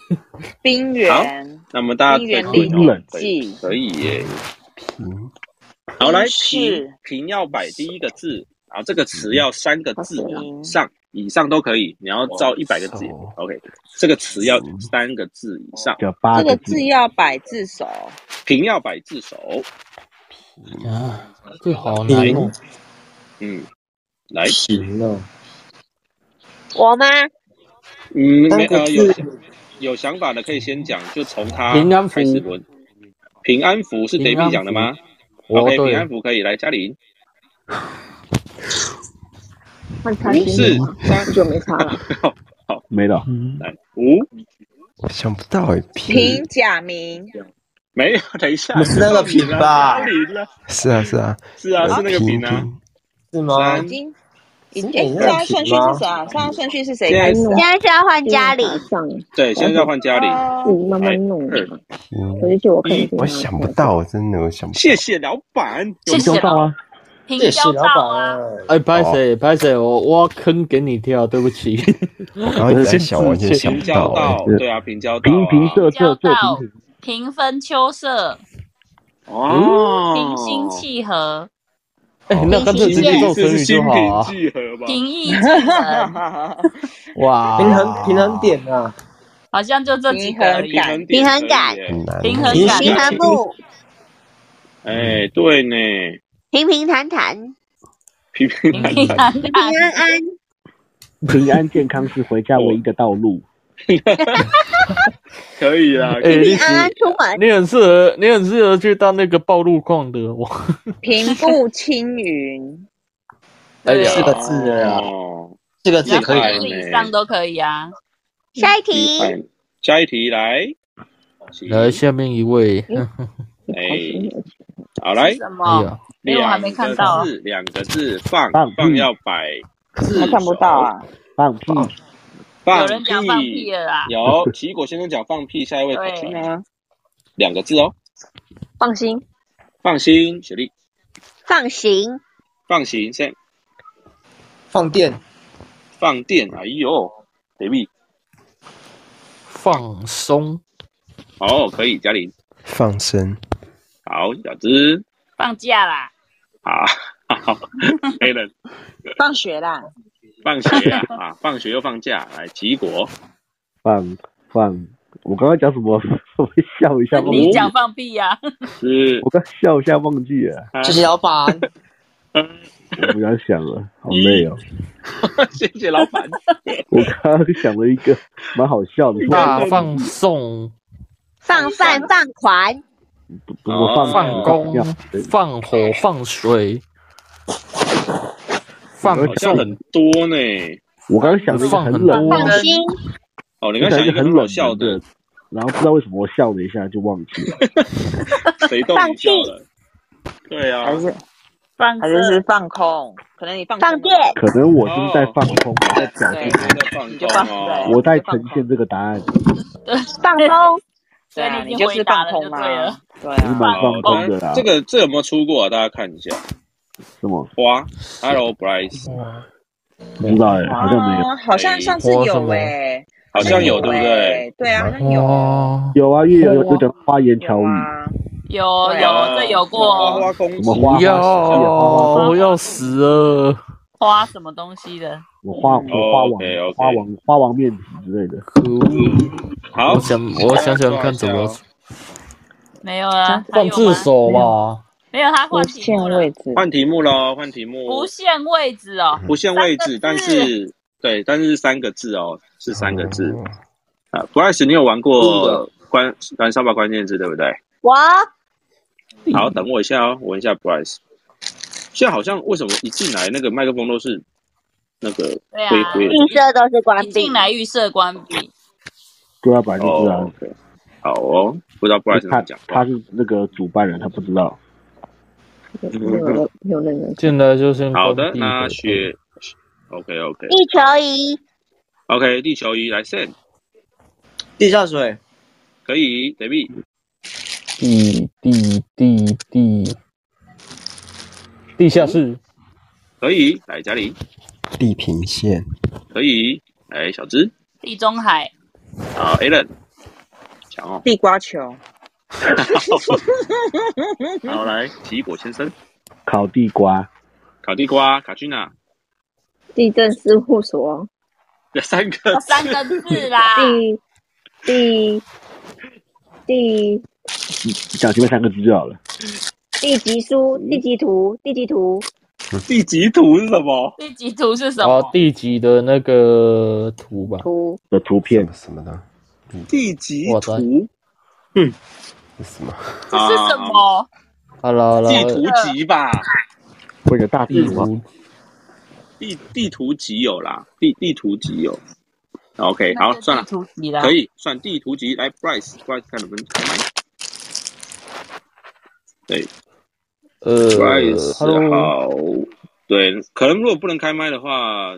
H: 冰原，
B: 那么大家对
A: 冰冷
B: 可以
H: 剂
B: 可以耶。
F: 平
B: 好，来
H: 是
B: 平平要摆第一个字，然后这个词要三个字以
H: 嗯
B: 上，以上都可以。你要照一百个字也
F: 哦
B: ，OK。这个词要三个字以上，
A: 叫八
H: 哦这个
A: 字
H: 字，要摆字首，
K: 哦
B: 平要摆字首。
K: 啊，这好难
J: 冰
K: 哦，
B: 嗯，来，
J: 行哦，
D: 我吗？
B: 嗯，没
J: 三个
B: 呃有
J: 字
B: 有想法的可以先讲，就从他
K: 平安符
B: 啊开始轮。平安符是
K: 平
B: David
K: 安
B: 讲的吗
K: 哦
B: ？OK，平
K: 对
B: 安，符可以来，嘉玲。
C: 换餐
B: 五四
C: 厅吗？
B: 三
C: 很久没擦了。
A: 没了，
K: 嗯，
B: 来五
F: 我想不到哎，
H: 平
F: 平
H: 假名，
B: 没有，等一下，
J: 不是那个平吧
B: 嘉玲了，
F: 是啊是啊，
B: 是啊，是那个平啊。
F: 平
J: 是吗？
H: 已经已经
J: 点
H: 哎，
J: 一下
H: 现在
J: 题
H: 顺序
J: 吗
H: 是谁啊？现在顺序是谁
B: 现在
H: 开始
C: 是
D: 现？
H: 啊
D: 在是要换家里，
C: 上，
B: 对，现在要换嘉玲。
C: 自己慢
B: 来
C: 慢弄。
B: 二
F: 平
C: 我就觉得我看
B: 一
F: 我想不，到，我真的我想不到。
B: 谢谢老板，
I: 谢
A: 有
I: 谢
A: 到
I: 老
A: 啊，
I: 平
J: 这也是
I: 交
J: 老
I: 道
J: 板
I: 啊，
J: 哎，
K: 哎，拍谁拍谁，我挖坑给你跳，对不起，
F: 我刚刚一直在想，完全想
B: 平
F: 不
B: 交
F: 到哎
B: 道，
A: 哎
B: 对啊，平交道啊，
A: 平平仄仄仄平平，
I: 平分秋色，
B: 哦，
I: 平心气和，
K: 哎，那干脆直接用成
B: 是
K: 语
B: 心
K: 就好
B: 平
K: 啊，
B: 气和吧？
I: 平易近人，
K: 哇，
J: 平衡平衡点啊呐，
I: 好像就这几个而已
H: 平。衡
B: 点
D: 平衡
B: 可以
D: 感
B: 耶
F: 很难。
I: 平衡
J: 平
I: 感，
D: 平衡木，
B: 哎，对呢，
D: 平平坦坦，
B: 平平
I: 平衡
D: 平安安，
A: 平安健康是回家唯一的道路，
B: 可以啊，
K: 哎、
B: 可以
K: 你
D: 安安出门，
K: 你很适合，你很适合去当那个暴露狂的我。
H: 平步青云，
K: 哎
H: 对
K: 四个字
B: 啊，
J: 这个
G: 只要百名以上都可以啊。
D: 下一
B: 题下一题来，
K: 来，下面一位，
B: 哎，好来，
G: 什么？因为我还没看到啊
B: 两个字，两个字，放
A: 放屁
B: 放要摆字
H: 我看不到啊。
A: 放屁，
B: 放
G: 有人讲放屁了啦
B: 有奇异果先生讲放屁，下一位
G: 对
B: 凯君啊，两个字哦，
D: 放心，
B: 放心，雪莉，
D: 放行，
B: 放心，先
J: 放电，
B: 放电，哎呦，baby，
K: 放松，
B: 哦，可以，嘉玲，
F: 放生，
B: 好，小资，
G: 放假啦，
B: 啊，好 a l
H: 放学啦，
B: 放学啊，啊，放学又放假，来，奇异果，
A: 放放。我刚刚讲什么？ 我笑一下忘记。
G: 你讲放 屁呀、
B: 是，
A: 我刚笑一下忘记了，
J: 就是
G: 哎
J: 老板，
A: 我不想想了，好累哦。
B: 谢谢老板，
A: 我刚刚想了一个蛮好笑的，
K: 大放送，
D: 放饭放款，
A: 不过放
K: 放工
A: 尿，
K: 放火，放水，放
B: 好像
K: 纵
B: 很，多呢，
A: 我刚刚想了一个很冷
D: 放
A: 的，
D: 心，
B: 哦，你
A: 我
B: 刚
A: 想
B: 才
A: 了
B: 想
A: 一个
B: 一个
A: 很
B: 很好
A: 冷
B: 笑的，
A: 的，然后不知道为什么我笑了一下就忘记了。
B: 谁动
D: 放
B: 你笑
D: 屁，
B: 了？对啊，
H: 还是
G: 放
H: 还是是放空？可能你放
D: 放电，
A: 可能我就是在放空，我在表
H: 对
A: 现，
B: 放
H: 就
B: 空
H: 放
B: 哦，
A: 我在呈现这个答案，
D: 放空，
H: 对
G: 所
H: 啊，
G: 以你已
H: 你
G: 经
H: 就
G: 回
H: 是
G: 答
H: 放
G: 了
H: 空
G: 就对
H: 啊
G: 了，
H: 对
A: 我是
H: 啊，
A: 蛮放空的啦。
B: 哦这个这有没有出过啊？大家看一下，
A: 什么
B: 花，Hello Bryce，
A: 不知道哎，好像没有。
H: 啊，好像上次有诶，
B: 好像有对不对？
H: 对？对啊，好像有
K: 哦，
A: 有啊，也有有有讲花言巧
H: 有
A: 语，
H: 啊，
G: 有
H: 对
G: 有
H: 啊
G: 这有过
B: 花
G: 哦
B: 花公
A: 什
B: 子
A: 么，花花
K: 要
A: 花花
K: 我要死了，
G: 花什么东西的？
A: 我花我花王
B: OK，OK
A: 花王花王面子之类的，
K: 可恶！
B: 好
K: 我，想我想想看怎么
G: 没有啊，还
K: 放
G: 有
K: 自
G: 吗？
K: 首吧，
G: 没有，他
H: 无
G: 换题
H: 限
G: 目了
H: 位。置，
B: 换题目喽，换题目，
G: 不限位置哦，
B: 不限位置，
G: 三
B: 但
G: 个字
B: 是对，但是是三个字哦，是三个字啊。Bryce，你有玩过关燃烧吧关键字对不对？
D: 我
B: 好，等我一下哦，我问一下 Bryce。现在好像为什么一进来那个麦克风都是那个
G: 对啊
B: 灰灰的？
D: 预设都是关
G: 一
D: 闭
G: 进，来预设关闭，
A: 对啊，本来就知
B: 哦
A: 道。
B: ，OK，好哦，不知道 Bryce 怎
A: 他
B: 么讲话
A: 他。是那个主办人，他不知道。
C: 有有有那个
K: 进来就先
B: 好
K: 关
B: 的，
K: 闭
B: 那
K: 回
B: 雪，OK OK
D: 一球一，
B: OK，地球仪来 send
J: 地下水，
B: 可以，David
K: 地地地地地下室，
B: 可以，来嘉玲
F: 地平线，
B: 可以，来小芝，
G: 地中海
B: 好 a l a n 强哦，
H: 地瓜球，
B: 好来奇异果先生，
A: 烤地瓜，
B: 烤地瓜，卡君娜，
C: 地震事务所，
B: 这三个
G: 三 个字啦，
C: 地地地
A: 讲前面三个字就好了。
C: 地籍书、地籍图、地籍图、
B: 地级图是什么？
G: 地级图是什
K: 哦
G: 么，？
K: 地级的那个图吧，
C: 图
A: 的图片
F: 什么的，
B: 地级
K: 我的
B: 图
F: 是什么？
G: 这是什么？
K: 好了好了，
B: 地图集吧，
A: 或者大地
K: 地
A: 图啊，
K: 图
B: 地地图集有啦，地地图集有。OK，好
G: 那，就
B: 算了
G: 地，图集啦。
B: 可以算地图集。来，Bryce，Bryce 看能不能开麦。对
K: 呃
B: ，Bryce
K: ，Hello，
B: 好，对，可能如果不能开麦的话，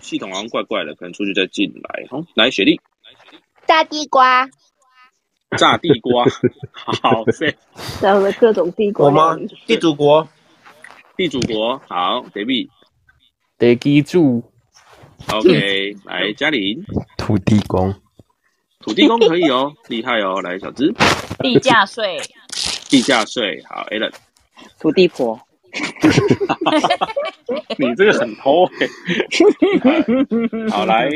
B: 系统好像怪怪的，可能出去再进来。
G: 哦
B: 好，来，雪莉，
D: 炸地瓜，
B: 炸地 瓜，好，谢
C: 然后各种地瓜
J: 我吗
C: 料理。？
J: 地主国，
B: 地主国，好，David，OK，、
K: 得记住
G: 嗯
B: OK，来，嘉玲，
F: 土地公，
B: 土地公可以哦，厉害哦，来，小芝，
G: 地价税，
B: 地价税，好，Alan。
H: 土地婆，
B: 你这个很偷、欸。好，来，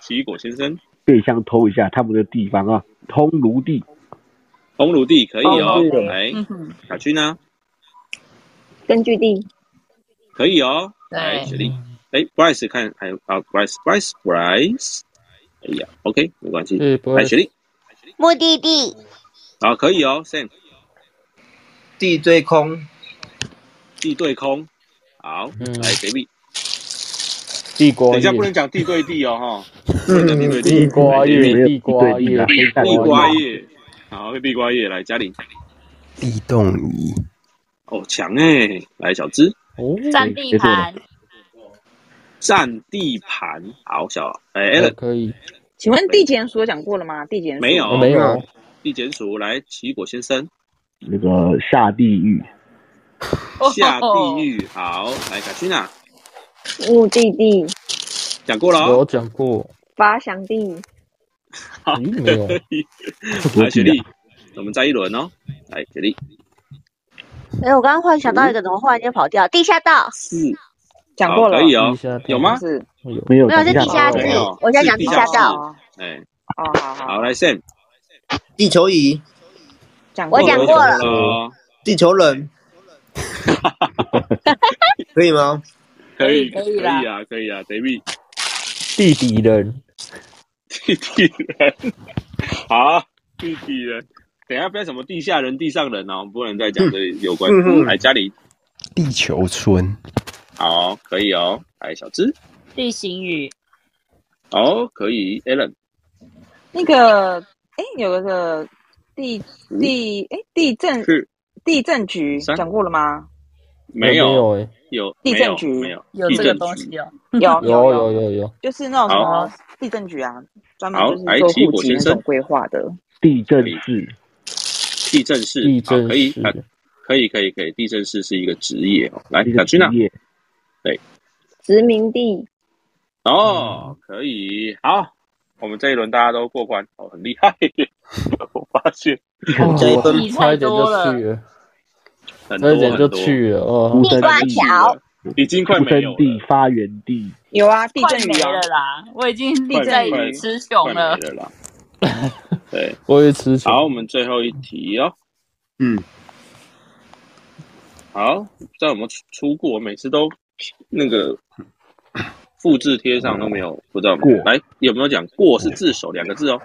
B: 奇异果先生，
A: 变相偷一下他们的地方啊，通炉地，
B: 红鲁地可以哦
A: 红鲁地。
B: 来，
G: 嗯哼，
B: 小军呢？
C: 根据地
B: 可以哦。
K: 嗯
G: 对
B: 来，雪莉。哎，Bryce 看，还有啊，Bryce，Bryce，Bryce，哎呀，OK，没关系
K: 哎不。会
B: 来，雪莉，
D: 目的地
B: 好，可以哦，Sam。
L: 地对空，
B: 地对空，好，
K: 嗯
B: 来雪莉。
K: 地瓜
B: 等一
K: 叶
B: 下，不能讲地对地哦，哈。
K: 嗯，地瓜叶，地瓜叶，
B: 地瓜叶，好，地瓜叶，来嘉玲。
F: 地动仪，
B: 哦，强哎、来小资。
K: 哦
I: 占地盘，
B: 占地盘，好小哎、a l l
K: 可以，哦
H: 请问地检署有讲过了吗？地检署
B: 没有
A: 没有，
B: 地检署来奇异果先生
A: 那个下地狱，
D: 哦
B: 下地狱，好，来卡君娜
C: 目的地
B: 讲过了、
K: 我
B: 哦，
K: 讲过，
C: 发祥地，
B: 好，
K: 没有
B: 可以， 来雪莉，我们再一轮哦，来雪莉，
D: 哎、我刚刚忽然想到一个，怎么忽然间跑掉？地下道
B: 是
H: 讲过了
B: 好可以哦
K: 地下道，
B: 有吗？哦
H: 是
A: 没
D: 没有是地下室
B: 没有，
D: 我在讲地下
B: 是
D: 道。
B: 室，哎，
H: 哦，好好，
B: 好，来 Sam，
L: 地球仪，
H: 讲
D: 我讲过了
B: 哦，
L: 地球人， 可以吗？
B: 可以，
D: 哎
L: 可
B: 可
L: 以
B: 以
L: 啦
B: 啊，可以啊，David，
K: 地底人，
B: 地底人，好，地底人，等一下不要什么地下人、地上人哦，不能再讲这有关
F: 嗯嗯嗯。
B: 来嘉玲，
F: 地球村，
B: 好，可以哦，来小资，
G: 地形语，
B: 哦，可以，Alan，
H: 那个，哎，有一个地地，哎，地震
B: 嗯是
H: 地震局
B: 三
H: 讲过了吗？
B: 没有
K: 没有哎
B: 有
H: 地震局
B: 没有
H: 有
B: 地
H: 这个
B: 震
H: 东
B: 局
H: 西哦，有
K: 有
H: 有，
K: 有有有，
H: 就是那种什
B: 好
H: 么地震局啊，专门
B: 好
H: 就
B: 来
H: 是做
B: 奇异
H: 户
B: 果
H: 籍
B: 先
H: 那
B: 生
H: 种规划的。
A: 地震室，
B: 地震室，
K: 地震
B: 好可以
K: 室
B: 啊，可以可以可以，地震室是一个职业哦。来，卡君娜，对，
C: 殖民地，
B: 哦，可以，好，我们这一轮大家都过关，哦，很厉 害，我发现
K: 哦
L: 加一分，
K: 差一点就去了，
B: 很
K: 差
B: 多
K: 一点就
B: 很多，
K: 去了哦
A: 出，生地，
B: 已经快
A: 出
B: 没
A: 生
B: 有了，
A: 地，发源地，
H: 有啊，地
G: 快
H: 震
G: 没
H: 局啊
G: 了，啦，我已经
H: 地震
G: 在
B: 快
G: 词
B: 快
G: 穷了
B: 没。了啦。对，
K: 我也吃球，
B: 好，我们最后一题哦。
L: 嗯，
B: 好，不知道有没有出出过？每次都那个复制贴上都没有，不知道有没有
A: 过
B: 来有没有讲过是自首两个字哦。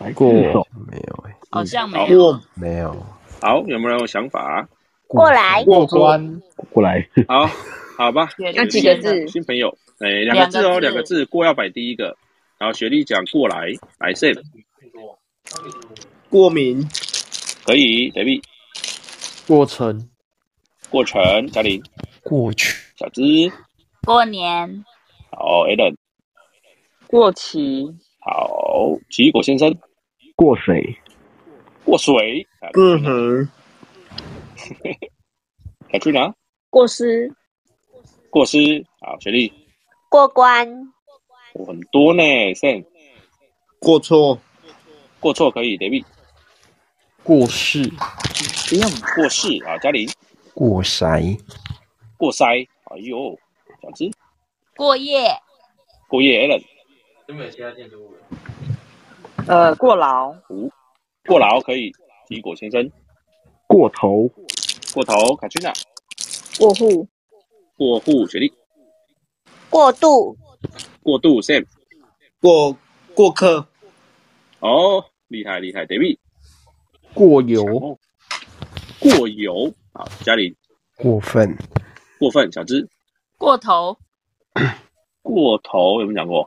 A: 来
K: 过
A: 自首
F: 没有哎，
G: 好像没有。
L: 过
F: 没有，
B: 好，有没有人有想法啊？
D: 过来，
K: 过关，
A: 过来，
B: 好，好吧，
G: 那
C: 那几个字？
B: 新朋友，哎，两个字哦，
G: 两
B: 两
G: 个
B: 个
G: 字
B: 字，过要摆第一个。然后学历讲过来，来 Sam
L: 过敏，
B: 可以，David
K: 过程，
B: 过程，嘉玲
F: 过去，
B: 小资，
I: 过年
B: 好 a l a n
H: 过期
B: 好奇异果先生
A: 过水，
B: 过水，啊
L: 嗯哼，
B: 小去哪？
C: 过失，
B: 过失，好，学历
D: 过关，
B: 我很多呢，Sam
L: 过错，
B: 过错可以，David
K: 过世，
H: 不用吧，
B: 过世啊，嘉玲
F: 过筛，
B: 过筛，哎呦，小资
I: 过夜
B: 过夜 a l a n
H: 呃，过劳，
B: 过劳可以，奇异果先生
A: 过头，
B: 过头，卡去哪？
C: 过户，
B: 过户，学历
D: 过渡，
B: 过度，Sam
L: 过过客，
B: 哦，厉害厉害，David
K: 过油，
B: 过油，好，嘉玲
F: 过分，
B: 过分，小资
I: 过头
B: 过头有没有讲过？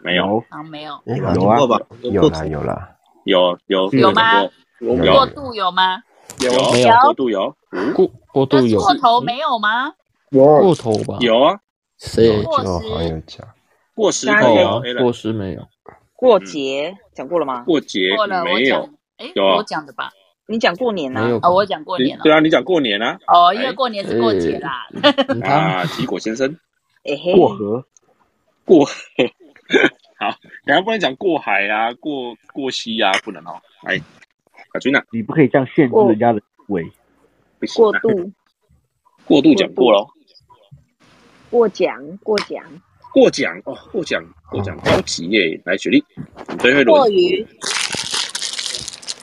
B: 没有，
I: 啊，没有
F: 哎
L: 有
A: 有啊
L: 过吧？
F: 有啦有啦，
B: 有有
I: 有吗
B: 讲过？有
I: 过度有吗？
B: 有
K: 没
B: 有
K: 有
B: 过度有
K: 过过
I: 但
K: 度
I: 是
K: 有，
I: 过头没有吗？
L: 有
K: 过头吧？
B: 有啊，
K: 谁？
I: 过
F: 就好
I: 时
F: 像有讲
B: 过时
H: 嘉
B: 可
H: 玲
B: 以
K: 没有
B: 哦 a
K: 过
B: l
K: 时没有，
H: 过节讲过了吗？
B: 嗯过节
I: 过了，我
B: 没有
I: 讲。，哎，
B: 有啊
I: 我讲的吧？
H: 你讲过年
K: 没
H: 啊
K: 有？
I: 啊，我讲过
B: 你
I: 年
B: 对
I: 了。
B: 啊，你讲过年啊
I: 哦，因为过年是过节啦。
K: 你看
B: 啊，奇果先生
H: 哎嘿，
A: 过河，
B: 过 好，然后不能讲过海啊，过过溪啊，不能哦。哎，小军呐，
A: 你不可以这样限制人家的思维，
B: 不行
C: 过
B: 啊，
C: 度，
B: 过度讲过喽，
C: 过奖，过奖，
B: 过奖哦，过奖过奖高级耶！来，雪莉，你最后一
D: 过
B: 轮
D: 于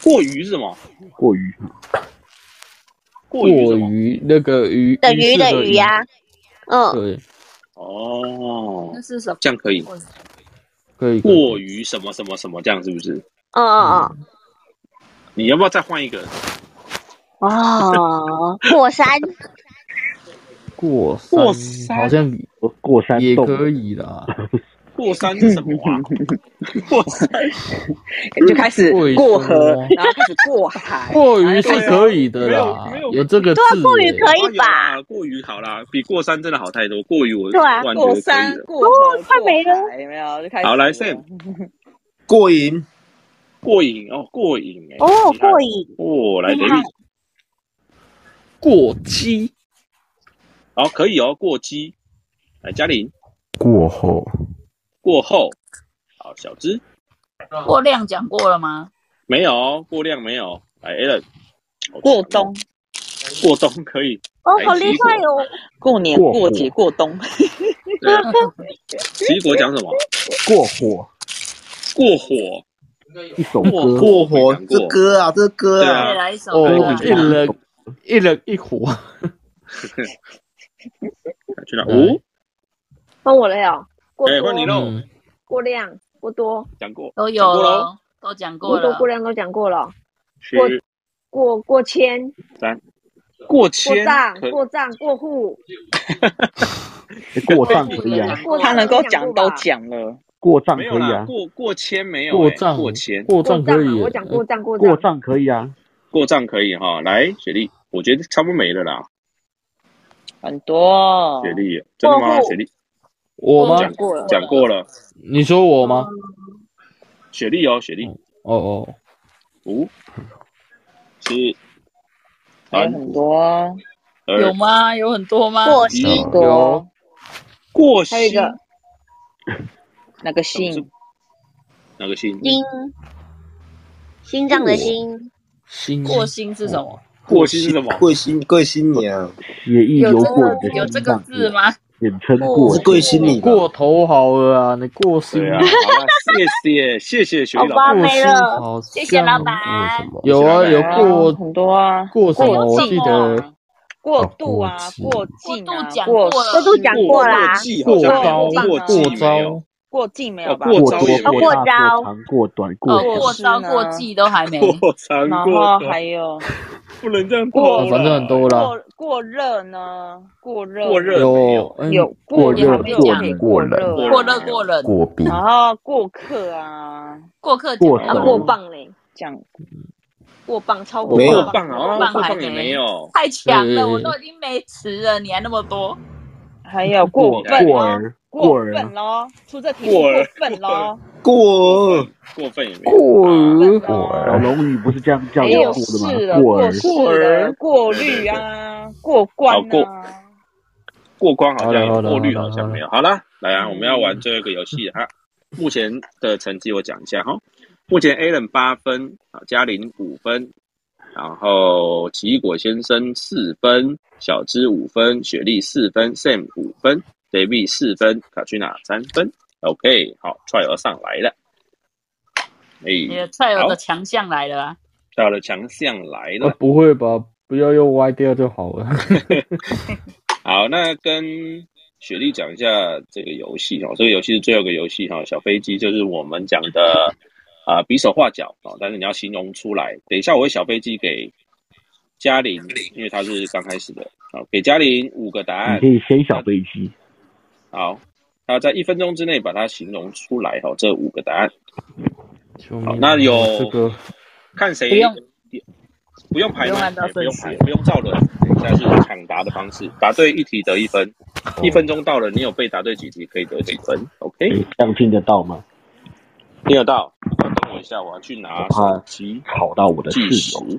B: 过鱼是什么？
A: 过于
B: 过
K: 过
B: 鱼是什么？
K: 于那个鱼，
D: 等于
K: 是
D: 的于
B: 啊
D: 呀、嗯，
K: 对，
B: 哦
I: 那，是什么？
B: 这样可以，
K: 可以。
B: 过于什么什么什么这样是不是？
D: 嗯嗯
B: 你要不要再换一个？
D: 嗯，哦，过山，
K: 过
D: 过
K: 山好像
A: 过山
K: 也
A: 洞
K: 可以啦。
B: 过山是什么 啊？过山
H: 就开始
K: 过于
H: 过河
K: 说，
H: 然后开始过海，啊
K: 过于是可以的啦，有这个字耶。
B: 以吧？过于好啦，比过山真的好太多。过于我
H: 对啊
B: 突然觉得
H: 过
B: 可以
H: 山
B: 了
H: 过河快没了，有没有？就开始
B: 好，来 Sam，
L: 过瘾，
B: 过瘾哦，过瘾哎，
D: 哦，
B: 厉害
D: 过瘾，
B: 哦，来
D: 厉
B: d
D: 害
B: a 过激，好，可以哦，过激，来嘉玲，
F: 过后
B: 过后，好，小芝
I: 过量讲过了吗？
B: 没有哦过量没有，来 Alan
H: 过冬，
B: 过冬可以，来奇异果
D: 哦！
H: 过年
B: 过火
H: 过节过冬，
B: 对啊奇异果讲什么？
A: 过火，
B: 过火，
A: 一首
B: 歌
L: 过火，这歌啊，这歌
B: 对啊再
L: 啊
B: 来一首歌
A: 哦
B: 啊
K: 一人一人一火，
B: 去哪？
A: 嗯
B: 五、
C: 换我了哟，过
B: 哎
C: 多
B: 换你喽
C: 过量、过多
B: 讲过
I: 嗯都有了，都讲过
C: 过多、
I: 了
C: 过。量都讲过了，
B: 十
C: 过过过千、
B: 三，过
C: 过
B: 千
C: 账、
B: 可
C: 过账、过户，
A: 过账可以啊，
C: 过
H: 他能够讲都讲了，
A: 过账
B: 没
A: 可
B: 有
A: 以
B: 啦，
A: 啊，
B: 过过千没有、
A: 过
B: 欸
A: 账
B: 过千
A: 过账可以
C: 啊我讲过账、过
A: 过
C: 账、
A: 账可以啊，
B: 过账可以哈。来，雪莉，我觉得差不多没了啦。
H: 很多
B: 雪莉，真的吗？
H: 哦过户
B: 雪莉，
K: 我吗？
B: 讲讲过了。
K: 你说我吗？
B: 雪莉哦，雪莉，
K: 哦哦，
B: 五、七、
H: 还有
B: 三、
H: 很多，
A: 哎
B: 二
I: 有吗？有很多吗？
H: 过
B: 膝
H: 很多，
B: 过
H: 还有一个那个姓
B: 哪个心？
D: 心，心脏的心，
K: 新
I: 过心是什么？
B: 过新是什么？
L: 过新过新年啊，
A: 哦也一
I: 有
A: 由
I: 这
A: 过
I: 个
A: 你的
I: 有这
A: 心
I: 个
A: 脏
I: 字吗？
A: 简称
L: 我
A: 过
L: 是。贵心你
K: 过头好了啊，你过心
B: 对啊，好了，谢谢谢谢雪莉老
K: 好吧
B: 板，
K: 没了过
D: 谢谢老板。
K: 有啊，有过
H: 很多啊，
K: 过什么？
H: 过
K: 我
H: 境
K: 记得
H: 过度啊，过境啊，过
D: 过度讲过啦，
K: 过高、
H: 过
K: 过招、
H: 过境没有吧？
A: 过多、
H: 过
A: 过大、过长、过短、过
I: 哦，过
A: 小，
I: 招过季都还没。
B: 过长
H: 然
B: 过
H: 后
B: 短
H: 还有
B: 不能这样
H: 过
K: 啊反正很多啦。
H: 过过热呢，过热
B: 过热没有
K: 有嗯
H: 有
K: 过热
H: 还没
K: 过
H: 讲
K: 冷
H: 过
K: 过冷
H: 热啊
I: 过热过冷，
F: 过冰，
H: 然
A: 哦
H: 后过客啊，
I: 过客
A: 过
I: 讲
A: 手
I: 了
C: 过磅嘞，
H: 讲
C: 过磅超
A: 没有
B: 棒啊，
I: 棒
B: 棒
I: 还
B: 也
I: 没
B: 没有，
I: 太强
A: 对对
I: 了，
A: 对
I: 我都已经没词了，你还那么多。
H: 还有
A: 过
H: 分啊
A: 过
H: 咯，
A: 儿、
H: 过
A: 儿、
H: 分咯，出这题
B: 过
H: 过
B: 儿
H: 分咯，
L: 过儿
B: 过分也没有。
A: 过
H: 儿
A: 过儿，小龙女不是这样叫
H: 没
A: 人
H: 有
A: 过的
H: 事
A: 吗？
H: 了，
A: 过儿
H: 啊过，世了，过滤啊，过 关
B: 好过
H: 啊，
B: 过关好像
K: 好
B: 有，
K: 的
B: 过滤
K: 好的
B: 好像
K: 好的
B: 没有。好啦，来啊，我们要玩最后一个游戏啊。目前的成绩我讲一下哈，目前 Alan 八分，啊，嘉玲五分，然后奇异果先生四分，小芝五分，雪莉四分，Sam 五分，David 四分，卡君娜三分。OK，好，踹儿上来了。
I: 你
G: 嗯
B: 哎
I: 的，菜友
B: 好
I: 的强项来了啊！
B: 到了强项来
K: 啊
B: 了。
K: 不会吧？不要又歪掉就好 了。
B: 好，那跟雪莉讲一下这个游戏哦，这个游戏是最后一个游戏哈、哦，小飞机就是我们讲的啊、比手画脚哦，但是你要形容出来。等一下我会小飞机给嘉玲，因为她是刚开始的啊、给嘉玲五个答
A: 你
B: 案
A: 可，以先小飞机，
B: 好，她在一分钟之内把它形容出来哈、哦，这五个答案，
K: 救
B: 好
K: 命！
B: 那有
K: 我这个
B: 看谁
I: 不用
B: 不用排
I: 不用
B: 吗
I: 按照
B: 哎不用
I: 顺
B: 排，
I: 序
B: 不用照轮，等一下是抢答的方式，答对一题得一分，一分钟到了，你有被答对几题可以得几分，OK？
A: 哎这样听得到吗？
B: 听得到？等我一下，我要去拿
A: 怕
B: 手机
A: 吵到我的
B: 计
A: 室
B: 时
A: 友。。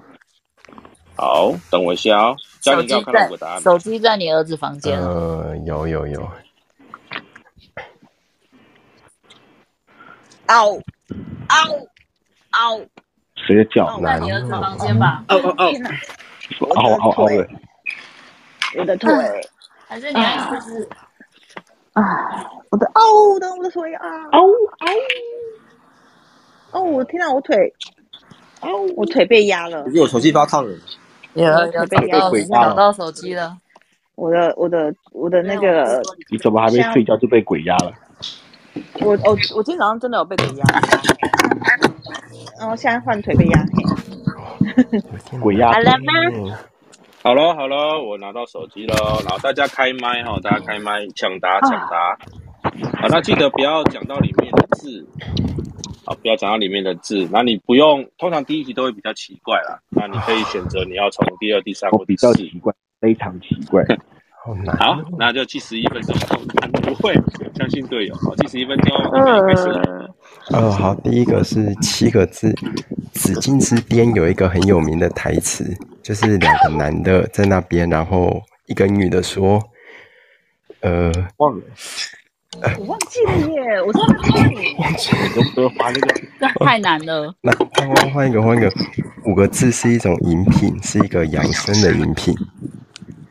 B: 好，等我一下哦。嘉
I: 手
B: 玲，你有
I: 机
B: 看到我的答
I: 在
B: 案吗？
I: 手机在你儿子房间了，
F: 呃，有有有，
H: 嗷嗷嗷
A: 谁在
G: 哦
A: 叫？
I: 在
F: 哪
I: 你
F: 里
I: 儿子
K: 啊
I: 房间吧？
H: 嗷嗷，天哪
A: 嗷嗷嗷的，
H: 我的腿
I: 还是你要试试？
H: 啊，我的
D: 哦
H: 嗷的我的腿啊，嗷嗷。哦，我听到我腿，哦，我腿被压了
L: 可，是我手机发烫了，
I: 有有
H: 被压
I: 找
H: 了
I: 到找到手机了，
H: 我的我的我的那个
A: 你怎么还没睡觉就被鬼压了？
H: 我我我今天早上真的有被鬼压， 然后现在换腿被压黑。
A: 鬼压
H: 好了
A: 吗？
B: 好喽好喽，我拿到手机喽，然后大家开麦哈，大家开麦抢答
H: 啊
B: 抢答。好，那记得不要讲到里面的字，好，不要讲到里面的字。那你不用，通常第一题都会比较奇怪啦。那你可以选择你要从第二、第三
A: 我
B: 或
A: 哦比
B: 第
A: 较
B: 四。
A: 奇怪，非常奇怪。
F: 好难
B: 好，那就七十一分钟，不会，相信队友。好，七十一分钟，我
H: 嗯
B: 们开始。
F: 哦，好，第一个是七个字，紫禁之巅有一个很有名的台词，就是两个男的在那边，然后一个女的说，呃，
A: 忘了，
H: 我忘记了耶，我真的忘记了。
A: 都不花那个。
G: 这太难了。
F: 那换换换一个，换一个，五个字是一种饮品，是一个养生的饮品，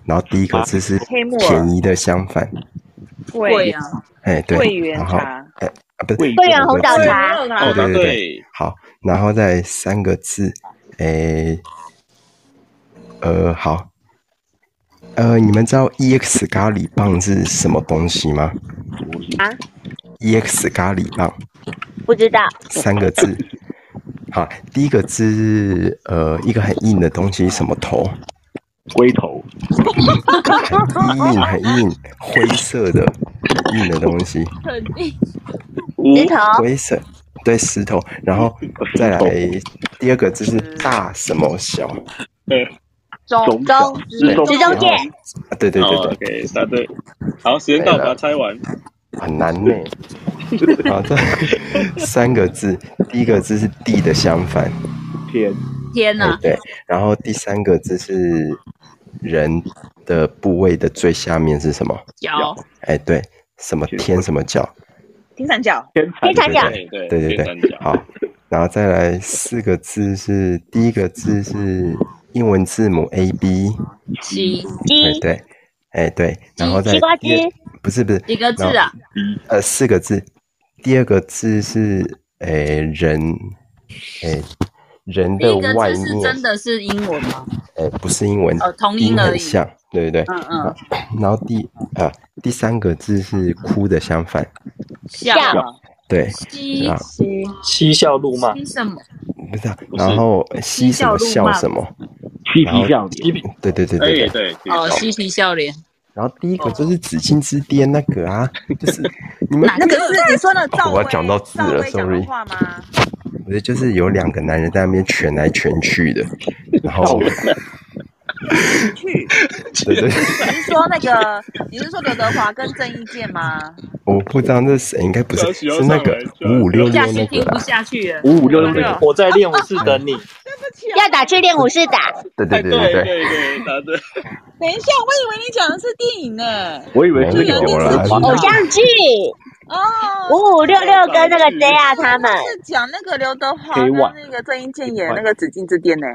F: 然后第一个字是
H: 黑木耳
F: 便宜的相反，
H: 贵啊，
F: 哎，对，
H: 桂圆
F: 然后
H: 茶
F: 哎啊，不是
D: 桂圆红枣茶
F: 五个字哦对对对，好，然后再三个字，哎，呃，好，呃，你们知道 EX 咖喱棒是什么东西吗
D: 啊，
F: ？EX 咖喱棒
D: 不知道。
F: 三个字，好，第一个字是呃一个很硬的东西，什么头？
A: 龟头，
F: 很硬很硬，灰色的硬的东西。
I: 肯定
D: 石头
F: 灰色，对，石头，然后再来第二个字是大什么小，
D: 中哦中
F: 对
D: 中中介，
F: 啊对对对对，
B: 对，哦答对。好，时间到，把它猜完。
F: 很难呢。好，再三个字，第一个字是地的相反，
A: 天，
G: 天哪！
F: 对，然后第三个字是人的部位的最下面是什么？
G: 脚
F: 哎，对，什么天什么角？
H: 天三角，
F: 天蚕角对对对对对，好，然后再来四个字是第一个字是英文字母 A B，
G: 鸡
F: 哎
G: 鸡
F: 对，哎对，然后再
G: 西瓜
F: 第二
G: 汁
F: 不是不是
G: 几个字
F: 然
G: 啊
F: 后？呃，四个字，第二个字是哎人，哎人
G: 第
F: 的
G: 一个
F: 外
G: 字是真
F: 面，
G: 的是英文吗？
F: 哎不是英文
G: 哦，同音
F: 音
G: 而
F: 很
G: 已
F: 像，对不对？
G: 嗯嗯，
F: 然后第啊第三个字是哭的相反，
G: 笑
F: 对，
G: 西
F: 啊
G: 西
K: 嬉笑怒骂，
G: 西什么？
F: 不是啊，然后嬉什么
G: 嬉笑怒
F: 笑
G: 骂
F: 什么，
A: 嬉
F: 然后
A: 皮笑脸，
F: 对对对对
G: 哎
F: 对。
B: 对
G: 哦，嬉皮笑脸。
F: 然后第一个就是紫禁之巅那个啊，就是你们
H: 那个是你说的赵
F: 哦我
H: 薇
F: 要讲到字
H: 赵
F: 了
H: 薇讲的
F: ，sorry，
H: 话吗？
F: 不是就是有两个男人在那边拳来拳去的，然后
H: 去，
F: 对对，
H: 你是说那个？你是说刘德华跟郑伊健吗？
F: 我不知道那是谁，应该不是，是那个五五六六那个啊，
G: 下去了
F: 五五六六，
K: 我在练武室等你。
D: 要打去练武士打。
F: 对对对
B: 对
F: 对
B: 对对，答对。
H: 等一下，我以为你讲的是电影呢。
F: 我以为是没有啦
D: 偶像剧
H: 哦，
D: 五五六六跟那个 JR 他们
H: 是讲那个刘德华
D: K
H: 跟
D: one
H: 那个郑伊健演的那个《紫禁之巅》呢。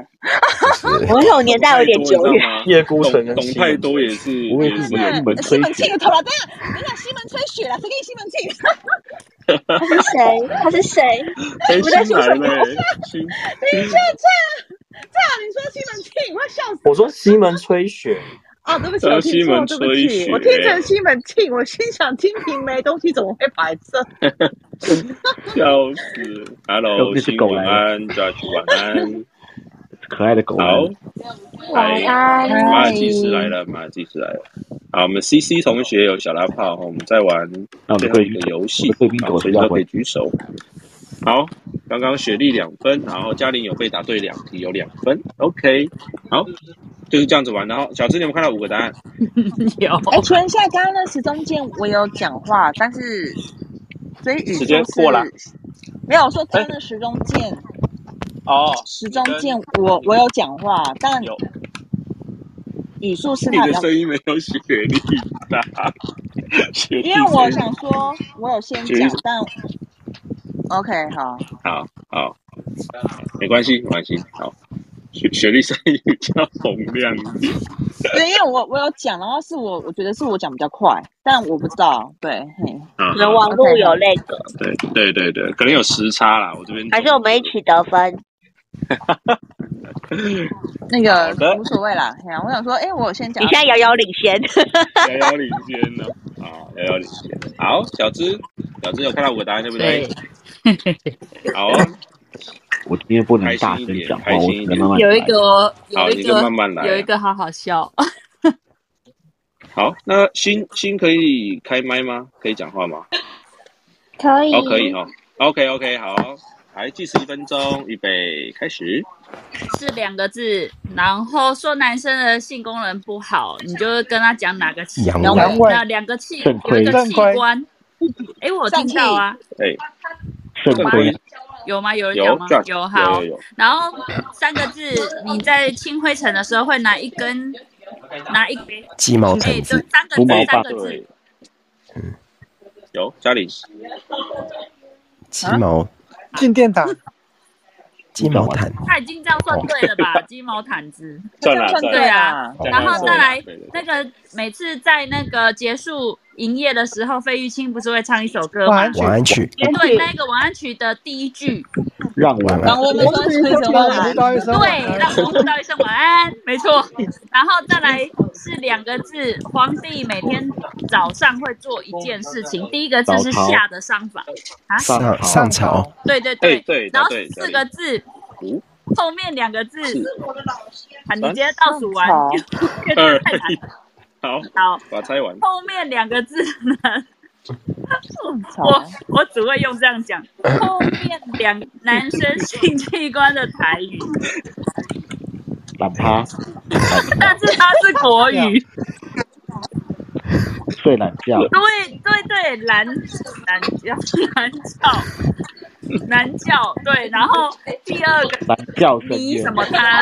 D: 我那种年代有点久远。
B: 叶孤城懂太多也是，也是
H: 对
B: 有
H: 西门庆的头了，等一下，等一下，西门吹雪了，谁跟西门庆？
D: 他是谁？他是谁？
B: 哎
D: 我在
B: 新
D: 说
B: 来
D: 什么
B: 了？
H: 等一下，这样这样，你说西门庆，我要笑死。
K: 我说西门吹雪，
H: 哦，对不起，我听错，对不起，我听成西门庆，我心想《金瓶梅》东西怎么会白色？
B: 笑死
A: 这
B: ！Hello，
A: 只
B: 新
A: 狗
B: 晚
A: 来了
B: 安，Judge 晚安。
A: 可爱的狗。
B: 好，
D: 晚安
B: 哎马尔济斯来了，马尔济斯来了。好，我们 CC 同学有小拉炮，我们在玩
A: 啊
B: 最后一个游戏，好所以都可以举手。好，刚刚雪莉两分，然后嘉玲有被答对两题，有两分。OK，好，就是这样子玩。然后小智，你有没有看到五个答案？
G: 有。
H: 哎，全一下，刚刚那时中间我有讲话，但是所以语
B: 时间过了。
H: 没有我说刚刚的时钟键，
B: 哦，
H: 时钟键，我我有讲话，但语速是
B: 你
H: 他比
B: 的
H: 较，
B: 声音没有雪莉 大，雪莉
H: 因为我
B: 声音
H: 想说，我有先
B: 其
H: 讲
B: 实，
H: 但 OK 好，
B: 好好，没关系，没关系。好，雪雪莉声音比较洪亮一点。
H: 对，因为我我有讲，然后是我我觉得是我讲比较快，但我不知道，对，嘿
B: 啊
D: 可能网络有那个，
B: 对对对对，可能有时差啦。我这边
D: 还是我们一起得分？
H: 那个无所谓啦，嘿啊，我想说，哎，我有先讲，
D: 你现在遥遥领先。
B: 遥遥领先呢。啊，遥遥领先。好，小芝，小智有看到五个答案对不对？ 好哦，
A: 我今天不能大声讲话，
B: 开
A: 我
B: 心
A: 只
B: 一点
A: 能慢慢
G: 有一个哦有
B: 好
G: 一
B: 你就
G: 个
B: 慢慢来啊
G: 有一个好好笑，
B: 好，那新新可以开麦吗？可以讲话吗？
C: 可
B: 哦，可以哦。OK OK，好，来计时一分钟，预备开始。
G: 是两个字，然后说男生的性功能不好，你就跟他讲哪个器，
B: 阳
G: 然后
B: 痿
G: 那两个器
B: 肾
G: 有一个
B: 亏
G: 器官，哎，我听到啊，
B: 哎，
A: 肾
B: 亏
G: 有吗？有人
B: 有
G: 讲吗？
B: Josh，有
G: 好
B: 有有。
G: 然后三个字，你在清灰尘的时候会拿一根，拿一根
F: 鸡毛掸
G: 就
F: 子
G: 三个
F: 除毛
G: 字，
F: 棒
G: 三个字，
B: 有嘉玲，
F: 鸡毛
G: 啊
K: 静电打，
F: 鸡毛毯，
G: 他已经这样算对了吧？鸡毛掸子，
F: 哦 算了算了
G: 对啊
F: 算。了
G: 然后再来
F: 对对
G: 那个每次在那个结束营业的时候，费玉清不是会唱一首歌
F: 晚安？
G: 吗哎
F: 曲晚安曲
G: 对，那个晚安曲的第一句，
A: 让我
F: 晚
G: 让
F: 安
G: 我们说一声晚安，对，让我们道一声晚安，没错。然后再来是两个字，皇帝每天早上会做一件事情，第一个字是
F: 早朝
G: 夏的商法啊，
F: 上上朝，
G: 对对
F: 哎对
G: 然后
F: 对
G: 四个字
B: 五，
G: 后面两个字
B: 四，
G: 啊，你直接倒数完，
B: 三
G: 因为这
B: 二
G: 个太难了。
B: 好，
G: 好，
B: 把它猜完。
G: 后面两个字呢？我我只会用这样讲。后面两男生性器官的台语，
A: 懒趴，
G: 但是它是国语。
A: 睡懒觉，
G: 对对对，蓝蓝叫蓝叫蓝叫对，然后第二个
A: 懒觉深
G: 你
A: 夜
G: 什，么他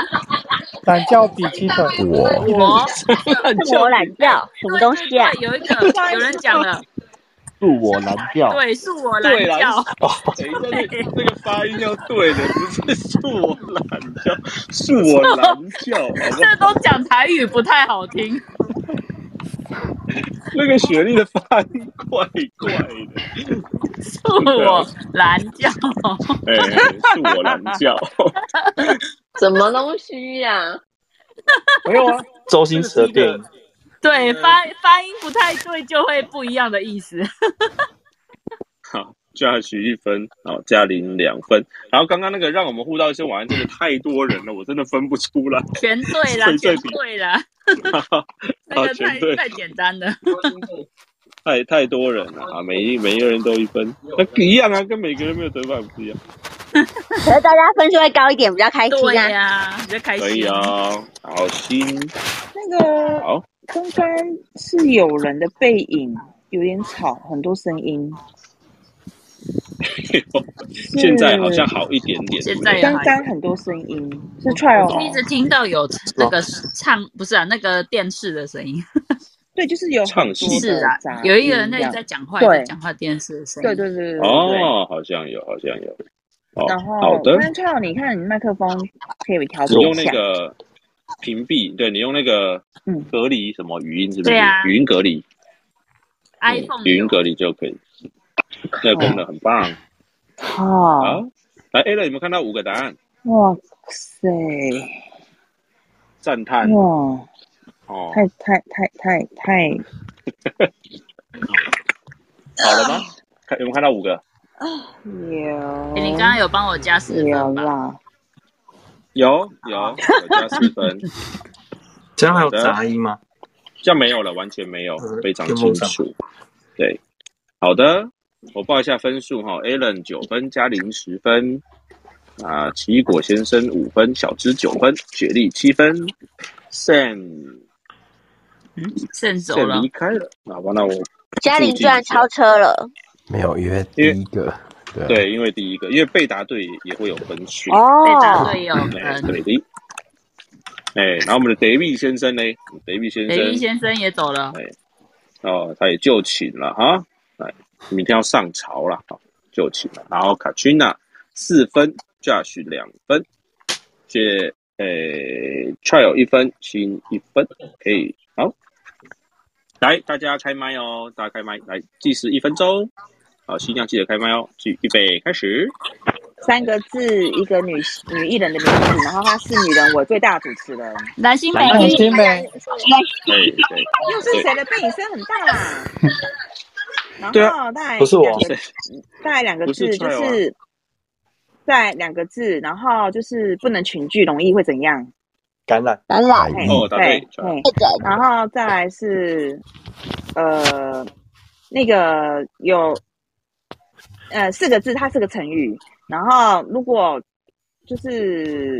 K: 懒觉比鸡腿，
G: 我
D: 是我懒觉， 什么东西啊？
G: 对有一个有人 讲了，
A: 恕我懒觉，
G: 对，是 我蓝
B: 对啦
G: 叫。，
B: 等一 下，那那个发音要对的，不是恕我懒觉，恕我懒觉，好
G: 这都讲台语不太好听。
B: 那个雪莉的发音怪怪 的，
G: 恕我懒觉。
B: 哎，恕我懒 觉，
C: 什么东西呀、
L: 没有啊，周星驰的电影，
G: 对，发发音不太对，就会不一样的意 思。
B: 好，Josh 一分，好，嘉玲两分，然后刚刚那个让我们互道一声晚安，真的太多人了，我真的分不出来，
G: 全 对啦，
B: 谁
G: 全
B: 最比
G: 对啦， 那
B: 好
G: 个
B: 全
G: 太
B: 对
G: 太简单了。
B: 太太多人了啊，每一每一个人都一分，那一样啊，跟每个人没有得分不一样，
D: 可是大家分数会高一点，比较开心啊。
G: 对呀，比较开
H: 啊
B: 可以
G: 心。啊
B: 哦，好心，
H: 那个
B: 好，
H: 刚刚是有人的背影，有点吵，很多声音。
B: 现在好像好一点点，对不对
H: 刚刚很多声音是 try
G: 我一
H: 哦，
G: 直听到有那
B: 哦
G: 个唱，不是啊，那个电视的声音。
H: 对，就是有很多的
G: 是啊
H: 杂，音
G: 有一个人那
H: 这
G: 里
H: 样
G: 在讲话，
H: 对
G: 在讲话电视的声音。
H: 对对对对对。
B: 哦，好像有，好像有。哦，
H: 然后
B: 好的，
H: 那 try 你看你麦克风可以调
B: 你
H: 整一
B: 用那
H: 下。嗯
B: 个屏蔽，对你用那个隔离什么语音是不是
G: 对啊？
B: 语音隔离，
G: iPhone
H: 嗯
B: 语音隔离就可以。这个功能很棒。啊
H: 好，
B: 来 A 了，有没有看到五个答案？
H: 哇塞，
B: 赞叹。
H: 哇，
B: 哦，
H: 太太太太太，
B: 好了吗？看有没有看到五个？
H: 有。
G: 哎你刚刚有帮我加十
H: 有啦，
B: 有有，有加四分。
L: 这样还有
B: 好的
L: 杂音吗？呃
B: 这样没有了，完全没有，非常
L: 跟
B: 清
L: 梦想
B: 楚。对，好的，我报一下分数哈，Allen 九分，嘉玲十分，啊，奇异果先生五分，小芝九分，雪莉七分，Sam
G: 剩走
B: Sam
G: 了
B: 离。开了，那完了我
D: 嘉玲居然超车了，
F: 没有约第一个，对啊
B: 对，因为第一个，因为被答对也会有分数
D: 哦被答
G: 对有
B: 哎
G: 分
B: 对的。哎，然后我们的 David 先生呢？David 先生
G: 雷利先生也走了。
B: 哦，他也就寝了哈。来，明天要上朝了，好就寝了。然后卡 a 娜四分，Josh 两分，谢诶 Trial 一分，新一分，可以好。来，大家开麦哦，大家开麦，来计时一分钟。好，新娘记得开麦哦，预预备开始。
H: 三个字，一个女女艺人的名字，然后她是女人，我最大的主持人。
G: 蓝心
H: 湄
G: 蓝心
H: 湄
B: 哎，对对，
H: 又是谁的背影声很大、啊？然
B: 对啊
H: 后再
B: 不是我
H: 两个再两个
B: 不是
H: 字就
B: Trio 啊
H: 是再两个字，然后就是不能群聚，容易会怎样？
L: 感染
H: 感
L: 染
H: 对嗯对，哎然后再来是呃那个有呃四个字，它是个成语。然后如果就是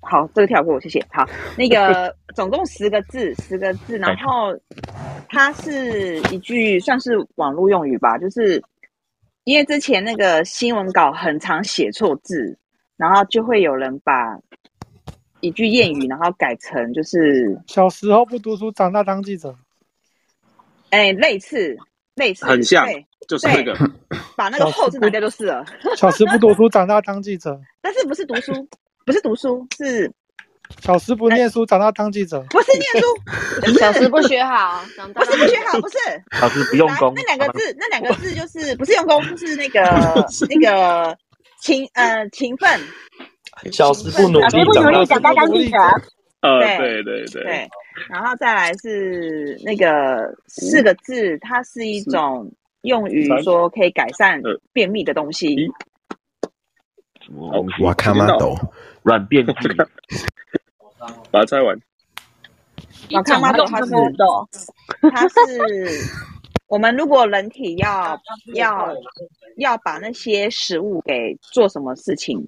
H: 好，这个跳过，谢谢。好，那个总共十个字，十个字，然后它是一句算是网络用语吧，就是因为之前那个新闻稿很常写错字，然后就会有人把一句谚语，然后改成就是
M: 小时候不读书，长大当记者。
H: 哎类似类似，
M: 很像
H: 对
M: 就是那
H: 对
M: 个
H: 把那个后字拿掉就是了。
M: 小时不读书，长大当记者。
H: 但是不是读书，不是读书，是
M: 小时不念书，长大当记者。
H: 不是念 书？就是
C: 小时不学 好，长大
H: 不是不学好，不是
L: 老师不用功，
H: 那两个 字，那两个字就是不是用功，就是那 个那个勤呃勤奋，
L: 小时不努力，长大当记者。
B: 呃，
H: 对
B: 对对对，
H: 对，然后再来是那个四个字，它是一种用于说可以改善
B: 呃
H: 便秘的东西。
F: 我看妈抖，
A: 软便器，
B: 把它拆完。
H: 我看妈它是 它是我们如果人体 要要要把那些食物给做什么事情，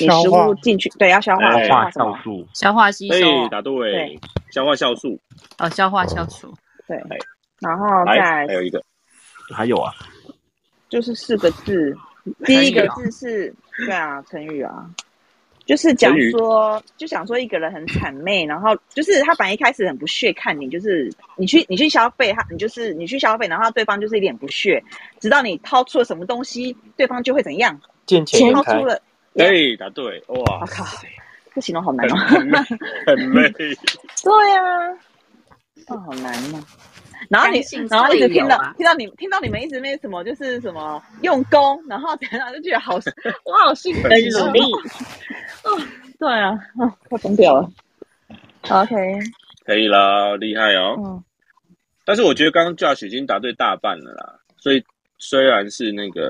H: 你食
B: 消化
H: 物进去对要消化
B: 哎
H: 消化什么？
A: 素
I: 消化吸收
B: 哎，答对，消化酵素。
I: 哦，消化消除。
H: 对，
B: 哎
H: 然后再
B: 来，
H: 来
B: 还有一个，
A: 还有啊，
H: 就是四个字，第一个
B: 啊
H: 字是，对啊，成语啊，就是讲说，就想说一个人很谄媚，然后就是他本来一开始很不屑看你，就是你去你去消费他，你就是你去消费，然后对方就是一脸不屑，直到你掏出了什么东西，对方就会怎样？
L: 见钱眼
H: 掏
L: 开
H: 出。了，
B: 哎，答对，哇，我
H: 靠，这形容好难哦，
B: 很累，很累。
H: 对 啊，哦，好难哦。然后你
I: 相信，
H: 然后一直听
I: 会有
H: 到
I: 啊
H: 听到你听到你们一直那什么，就是什么用功，然后怎样就觉得好， 我好兴
I: 很
H: 奋，
I: 努力。
H: 哦，对啊，哦，快疯掉了。OK，
B: 可以啦，厉害哦。
H: 嗯
B: 但是我觉得刚刚 Josh 已经答对大半了啦，所以虽然是那个，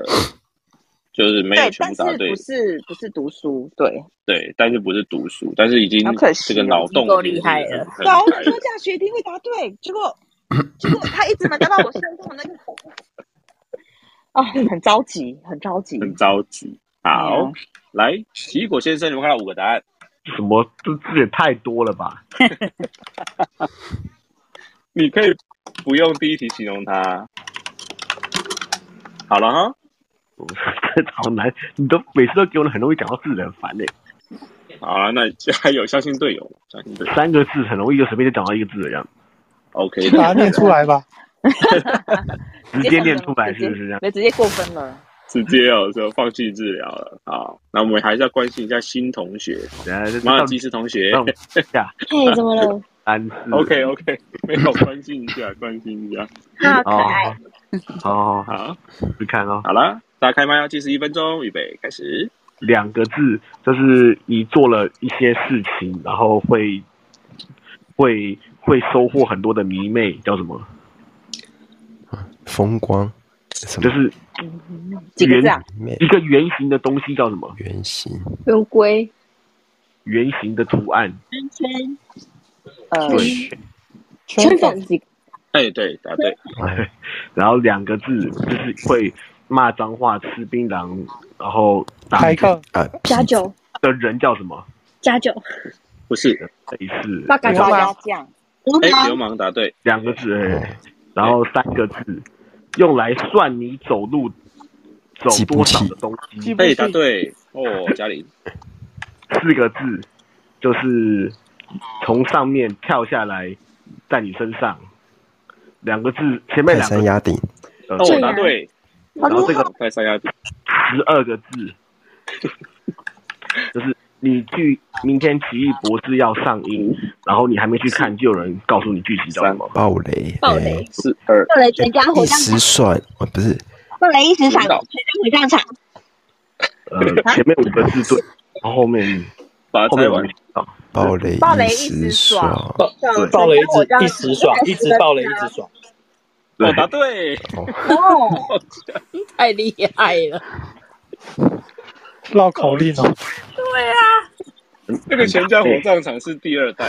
B: 就是没有
H: 对，
B: 全
H: 但
B: 部
H: 是
B: 答对
H: 不，是不是读书，对，
B: 对，但是不是读书，但是已经
H: 好可惜
B: 这
H: 哦
B: 个脑洞
H: 已经够
B: 已经
H: 厉害
B: 很
H: 了
B: 很
H: 对啊，我
B: 厉害
H: 想说这样学一定会答对，结果结果他一直没答到我心中的那个，啊，很着急，很着急，
B: 很着急。好
H: 嗯，
B: 来，奇异果先生，你们看到五个答案，
A: 什么这这也太多了吧？
B: 你可以不用第一题形容它。好了哈，
A: 好难，你都每次都给我很容易讲到字的，很烦嘞、
B: 好了，那还有相信队友，相信队友
A: 三个字很容易就随便就讲到一个字的这样，
B: ，OK，
M: 把它念 出来吧。
A: 直接念出来是不是这样？
H: 没直接过分了。
B: 直接哦，就放弃治疗了。好，那我们还是要关心一下新同学，马尔济斯同学。
C: 嘿，哎怎么了？
A: 三 四
B: OK OK，没有关心一下，关心一下。
C: 好
A: 可爱。好好
B: 好，
A: 去看哦。
B: 好了，打开麦要计时一分钟，预备开始。
A: 两个字，就是你做了一些事情，然后会会会收获很多的迷妹，叫什么？
F: 风光，
A: 就是
C: 几个字啊
A: 圆一个圆形的东西叫什么？
F: 圆形，
C: 用龟
A: 圆形的图案。
C: 圈圈，
H: 呃
A: 对，
C: 圈粉几个？
B: 哎，对，答对。
F: 哦
A: 然后两个字就是会骂脏话、吃槟榔，然后打
M: 开课
A: 啊
C: 加九，
A: 的人叫什么？
C: 加九，
B: 不是，
A: 类似
C: 八嘎
A: 叫
C: 嘎
A: 什么
C: 鸭酱，流
B: 哎，流氓答对，
A: 两个字，哎
F: 哦
A: 然后三个字，用来算你走路走多少的东西。
B: 哎，答对哦，嘉玲。
A: 四个字就是从上面跳下来，在你身上。两个字，前面
F: 泰
A: 两
F: 山
A: 个
F: 压顶，
A: 呃
B: 哦，答对。
C: 啊
B: 啊
A: 然后这个
B: 快三压底，
A: 十二个字，就是你去明天《奇异博士》要上映，然后你还没去看，就有人告诉你剧情叫什么。
F: 暴雷，
A: 暴
F: 雷
B: 是二
D: 暴雷全家火
F: 一
D: 葬
F: 时
D: 场，
F: 爽，哦不是，
D: 暴雷一时闪，全家火葬场。
A: 呃，前面五个字对，然后后面
B: 把
A: 后面我没听到
F: 暴雷
H: 暴雷
F: 一
H: 一
F: 时
H: 爽
F: 爽，
A: 对
L: 暴雷一直一直爽，一直暴雷一直爽。
B: 哦，答对，
E: 哦，太厉害了！
M: 绕口令哦，
G: 对
H: 哎
G: 啊，
B: 那个全家火葬场是第二代，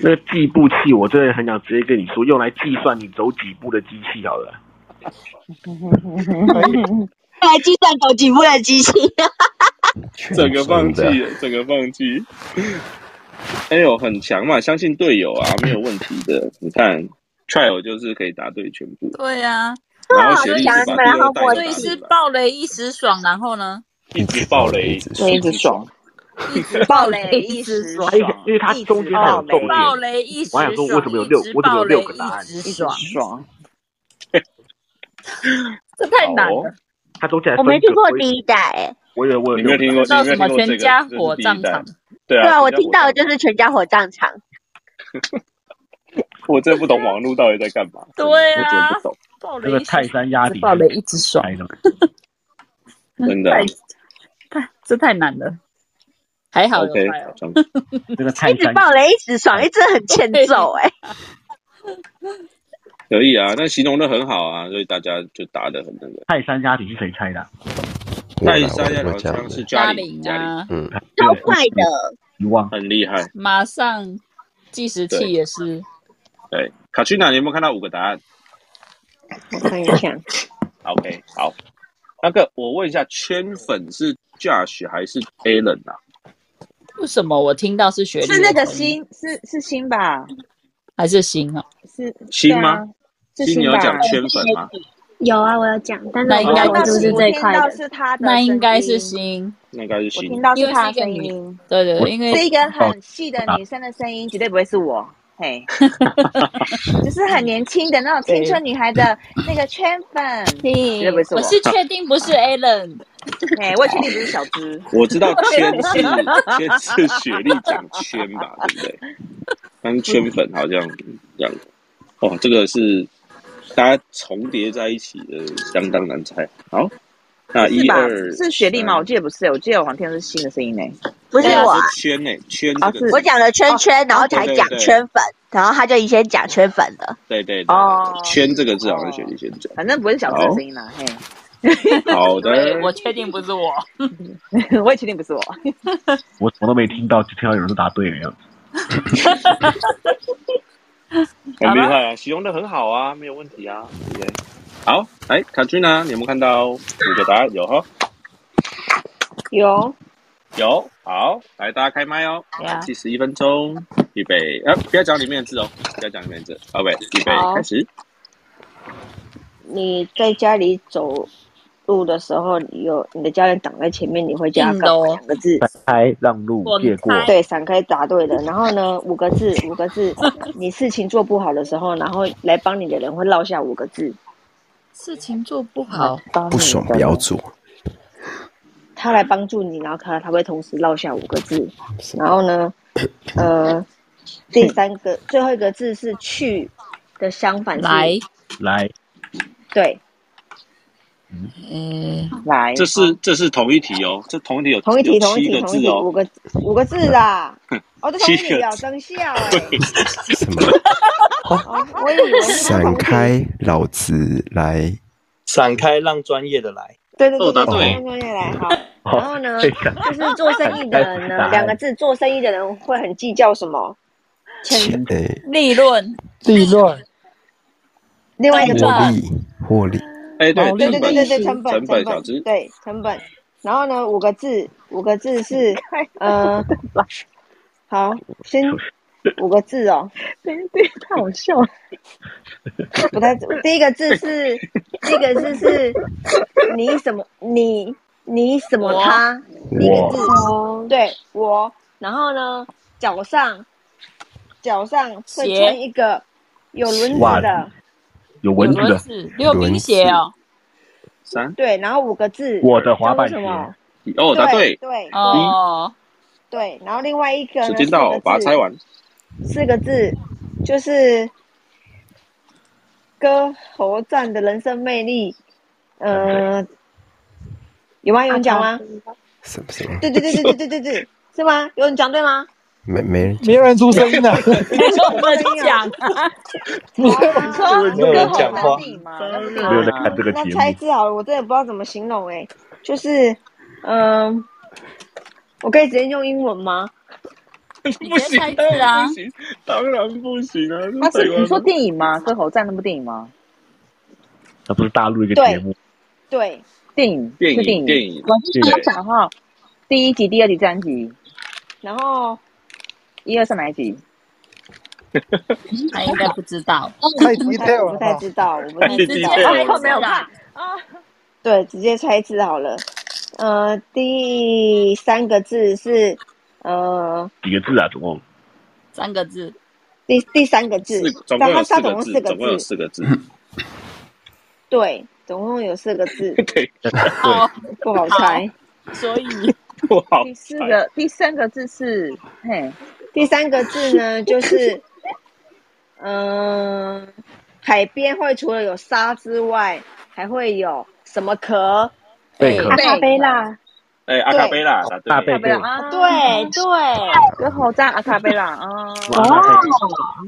A: 那个计步器，我真的很想直接跟你说，用来计算你走几步的机器好了。
H: 哎
D: 来计算走几步的机器，
B: 整个放弃了，整个放弃。哎呦，很强嘛，相信队友啊，没有问题的。你看，trial 就是可以答对全部，
I: 对呀、
B: 然后学历把第二代
I: 所以是
B: 打
I: 暴雷一时爽，然后呢？
B: 一直爆雷，
H: 对一直爽，
I: 一直暴雷一时爽，
A: 因为因为它中间还有重点。
I: 暴雷一时
A: 我想
I: 爽，
A: 说，为什么有六？
I: 一直
A: 我怎么
I: 暴
A: 有
I: 雷
A: 六个答案？
I: 一直爽，
H: 爽，
I: 这太难
A: 好
I: 了
A: 哦。它中间还
D: 我
A: 分
D: 没去
A: 个
D: 过
A: 规
D: 第一代、欸，
A: 我有我有
B: 你没有听过，
A: 知道
B: 你没有听
A: 什么
B: 过这
A: 全
B: 个
A: 家
B: 这是第一代
A: 火葬场
B: 对
D: 对
B: 啊，
D: 啊，我
B: 全家
D: 听
B: 火
D: 到的就是全家火葬场。
B: 我真不懂网络到底在干嘛。
I: 对
B: 我真
I: 啊
B: 的不懂，
I: 暴
A: 这
I: 雷
A: 个
I: 一
A: 泰
I: 时
A: 山压顶，
I: 暴雷一直爽，
B: 真的
I: 太
G: 哎
I: 太这太难了。还好有
B: OK，哎
I: 快哦，
A: 这个
D: 一
A: 泰
D: 直
A: 山
D: 爆雷，一直爽，一直很欠揍 哎、
B: 可以啊，那形容的很好啊，所以大家就答的很那个。
A: 泰山压顶是谁猜的啊？
B: 泰山压顶
F: 我
B: 好
F: 这样
B: 像是
I: 嘉
B: 嘉玲，
I: 玲啊，
F: 嗯，
D: 超快的，
A: 遗忘
B: 很厉害。
I: 马上计时器也是，
B: 对，卡去娜，你有没有看到五个答案
C: 我看一下，
B: ？OK，好，那个我问一下，圈粉是 Josh 还是 Alan 啊？
I: 为什么我听到是学历
H: 是那个
I: 的声音
H: 心，是是心吧？
I: 还是新啊？
H: 是
B: 心吗？
D: 啊
B: 心
H: 是
B: 你
H: 心
B: 有
H: 吧？
B: 讲圈粉吗？
C: 有啊，我有讲，但是
I: 那
C: 我
I: 应该
C: 忘了是不是最快
H: 我听到
C: 的？
H: 是他的
I: 那应该是
H: 声
I: 新，
B: 那应该是心。
H: 听到
I: 因
H: 是
I: 为
H: 他
I: 是
H: 的
I: 一个
H: 声
I: 女
H: 音，，
I: 对对，对因为
H: 是一个很细的女生的声音，绝对不会是我。 嘿，就是很年轻的那种青春女孩的那个圈粉，绝对不会是
I: 我
H: 我。
I: 是确定不是 Alan，
H: 哎，我也确定不是小资。
B: 我知 道圈是
H: 啊
B: 圈是雪莉讲圈吧，对不对？但是圈粉好像这样，哦，这个是大家重叠在一起的，相当难猜。好，那
H: 是
B: 一
H: 吧？
B: 二
H: 是雪莉吗？我记得不是，我记得我好像听的是新的声音呢。
D: 不是我啊，
B: 是圈呢、圈
H: 哦
B: 这个
H: 是哦
D: 我讲了圈圈，
I: 哦
D: 然后才
B: 对对
D: 讲
B: 对
D: 圈粉，然后他就已经讲圈粉了。
B: 对对对，
H: 哦
B: 圈这个字好像雪莉先讲。
H: 反正不会是小资的声音啦。
B: 好的，
I: 我确定不是我，
H: 嘿， 我也确定不是我。
A: 我什么都没听到，就听到有人说答对了样子。
B: 很厉害啊，形容的很好啊，没有问题啊，对不对？好，哎，卡君呢？你有没有看到五个答案？有哈，
C: 有，
B: 有。好，来大家开麦哦，
I: 呀
B: 计时一分钟，预备，啊，不要讲里面的字哦，不要讲里面的字。好，喂，预备，
C: 好
B: 开始。
C: 你在家里走路的时候，你有你的家人挡在前面，你会叫他
I: 硬
C: 干
I: 的
C: 嘛？
I: 哦
C: 两个字，
A: 闪开，让路
I: 滚，
A: 借过。
I: 开
C: 对，闪开，答对了。然后呢，五个字，五个字， 你事情做不好的时候，然后来帮你的人会落下五个字，
I: 事情做不好，
F: 不爽不要做，
C: 他来帮助你，然后他他会同时落下五个字。然后呢，呃，第三个最后一个字是去的相反是
I: 来，
A: 来，
C: 对，
I: 嗯，
H: 来，
B: 这是这是同一题哦，这同一题有
C: 同一
B: 有
C: 题，同一
B: 七
C: 题，
B: 个
C: 同一
B: 字
C: 题，五
B: 哦，
C: 个五个字啦。哦，这同
B: 七
C: 一题
B: 个
C: 哦，
B: 字
C: 真笑哎、
F: 什么？
C: 哦，我以为是不
F: 闪
C: 同题。
F: 开，老子来！
J: 闪开，让专业的来。
C: 对对对
B: 哦答
C: 对，
B: 对
C: 闪开专业来好。然后呢，
A: 这个
C: 就是做生意的
A: 闪开
C: 人呢，
A: 是答案
C: 两个字，做生意的人会很计较什么？钱。
F: 哎，
I: 利润，
M: 利润、
C: 另外一个
I: 成
C: 字，
F: 获
I: 本
F: 利，获利，
B: 哎，对
M: 毛，利
C: 对
B: 成
C: 对
B: 本
C: 对对对，成
B: 成
C: 本成
B: 本小
C: 本，
B: 资，
C: 对成本。然后呢，五个字，五个字是呃，好，先五个字哦，
H: 对对，太好笑了。
C: 不太第一个字是第一个字是你什么你你什么
I: 我
C: 他第一个字
L: 哦，
C: 对我，然后呢脚上脚上会
I: 鞋
C: 穿一个有轮子
A: 袜
C: 的，
A: 有
I: 有
A: 文字
I: 轮
A: 的，
I: 子，溜冰鞋哦，
B: 三
C: 对，然后五个字，
A: 我的滑
C: 叫做
A: 板
C: 什
A: 鞋，
C: 么？
B: 哦，答
C: 对
B: 对，
C: 对对
I: 哦，
C: 对，然后另外一个
B: 时
C: 呢
B: 间
C: 四
B: 到
C: 个，
B: 把它
C: 字
B: 猜完。
C: 四个字就是歌喉战的人生魅力，
F: 啊
C: 呃，有吗？有人讲吗？
F: 什么什么？
C: 对对对对对对对对，是吗？有人讲对吗？
F: 没没人
M: 没有人出声音啊 的，
I: 我们讲啊，
C: 你
F: 说
C: 说
F: 没有人讲话没有人看这个节目
C: 那猜字好了，我真的不知道怎么形容哎、就是，嗯、我可以直接用英文吗？
B: 不行
C: 你觉得猜字啊
B: 不行，当然不行啊！
H: 他是
B: 台湾
H: 你说电影吗？歌喉战那部电影吗？
A: 那不是大陆一个
H: 对
A: 节目，
C: 对，
H: 电影，
A: 电影
H: 是电影，
A: 电影
H: 我是
A: 对
H: 想讲哈，第一集、第二集、第三集，
C: 然后
H: 一二三哪一集？
I: 他应该不知道，
C: 太 detail 了吧我不太知道我不太
I: 你
C: 知道
I: 直接猜
C: 我没有看对，直接猜字好了。呃，第三个字是呃，
A: 几个字啊？总共
I: 三个字，
C: 第第三个字，
B: 总共
C: 但
B: 有
C: 它它
B: 四
C: 总
B: 个
C: 共
B: 字，
C: 四
B: 总共有四个字。
A: 嗯
C: 对，总共有四个字，
B: 对
C: 好， 不好猜。
I: 所以
B: 不好
H: 第四个、第三个字是嘿，
C: 第三个字呢，就是嗯、呃海边会除了有沙之外，还会有什么壳？
B: 贝壳
C: 阿卡贝拉。
B: 哎，阿卡贝拉，答对
H: 哦阿卡贝拉啊，
C: 对对，
H: 歌喉战阿卡贝拉啊，
B: 哇阿卡贝拉
C: 哦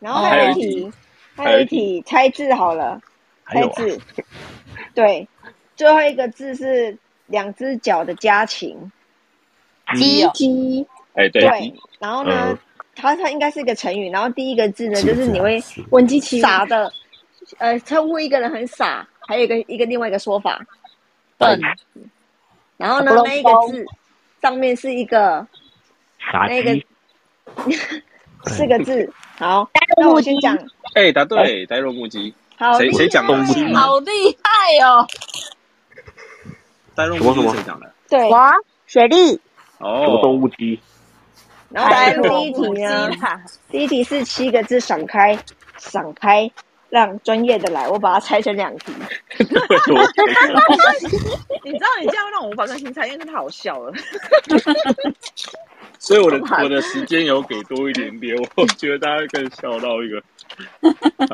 C: 然后还
B: 还有
C: 有一
B: 一
C: 题
B: 题，
C: 还有一题猜字好了，
A: 还
C: 猜
A: 有啊
C: 字， 对，最后一个字是两只脚的家禽，
B: 鸡
C: 鸡，
B: 哎，对，
C: 对，然后呢
B: 呃，
C: 它它应该是一个成语，然后第一个字呢，
B: 鸡
C: 就
B: 子
C: 是你会问鸡奇傻的，呃，称呼一个人很傻，还有一个一个另外一个说法，
I: 笨，
C: 然后呢
I: 不，能
C: 那一个
I: 包
C: 字上面是一个
A: 傻
C: 那个
A: 鸡，
C: 四个字，好，那我先讲。
B: 哎，答对，呆若木鸡。
C: 好
B: 谁
C: 厉
B: 谁讲的
C: 害？
I: 好厉害哦！
B: 呆若木鸡是谁讲的？
C: 对，
D: 我雪莉，
B: 哦，
A: 什么动物鸡？
C: 然后来
D: 白
C: 第一题呢，第一题是七个字，闪开，闪开，让专业的来，我把它拆成两题。
H: 你知道你这样让我无法专心猜，因为真的太好笑了。
B: 所以我的我的时间有给多一点点，我觉得大家更笑到 一个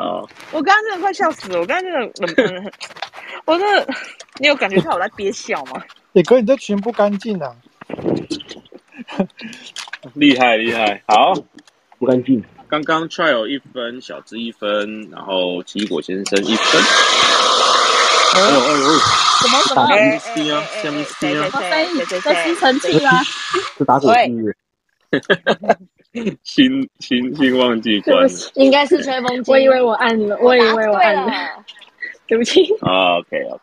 B: 啊，
H: 我刚刚真的快笑死了，我刚刚真的冷，嗯我真的，你有感觉到我在憋笑吗？
M: 也可以，你这群不干净啊！
B: 厉害厉害，好，
A: 不干净。
B: 刚刚 trial 一分，小智一分，然后奇异果先生一分。哎呦哎呦，
I: 哦什么什么？
B: 下面 C 啊，下面 C 啊，
I: 哦在在吸尘 器吗？
A: 是打
B: 火
A: 机
B: 新新新忘记关了
C: 应该是吹风机。我以为我按了，我以为我按了，对不起。
B: 啊，OK OK。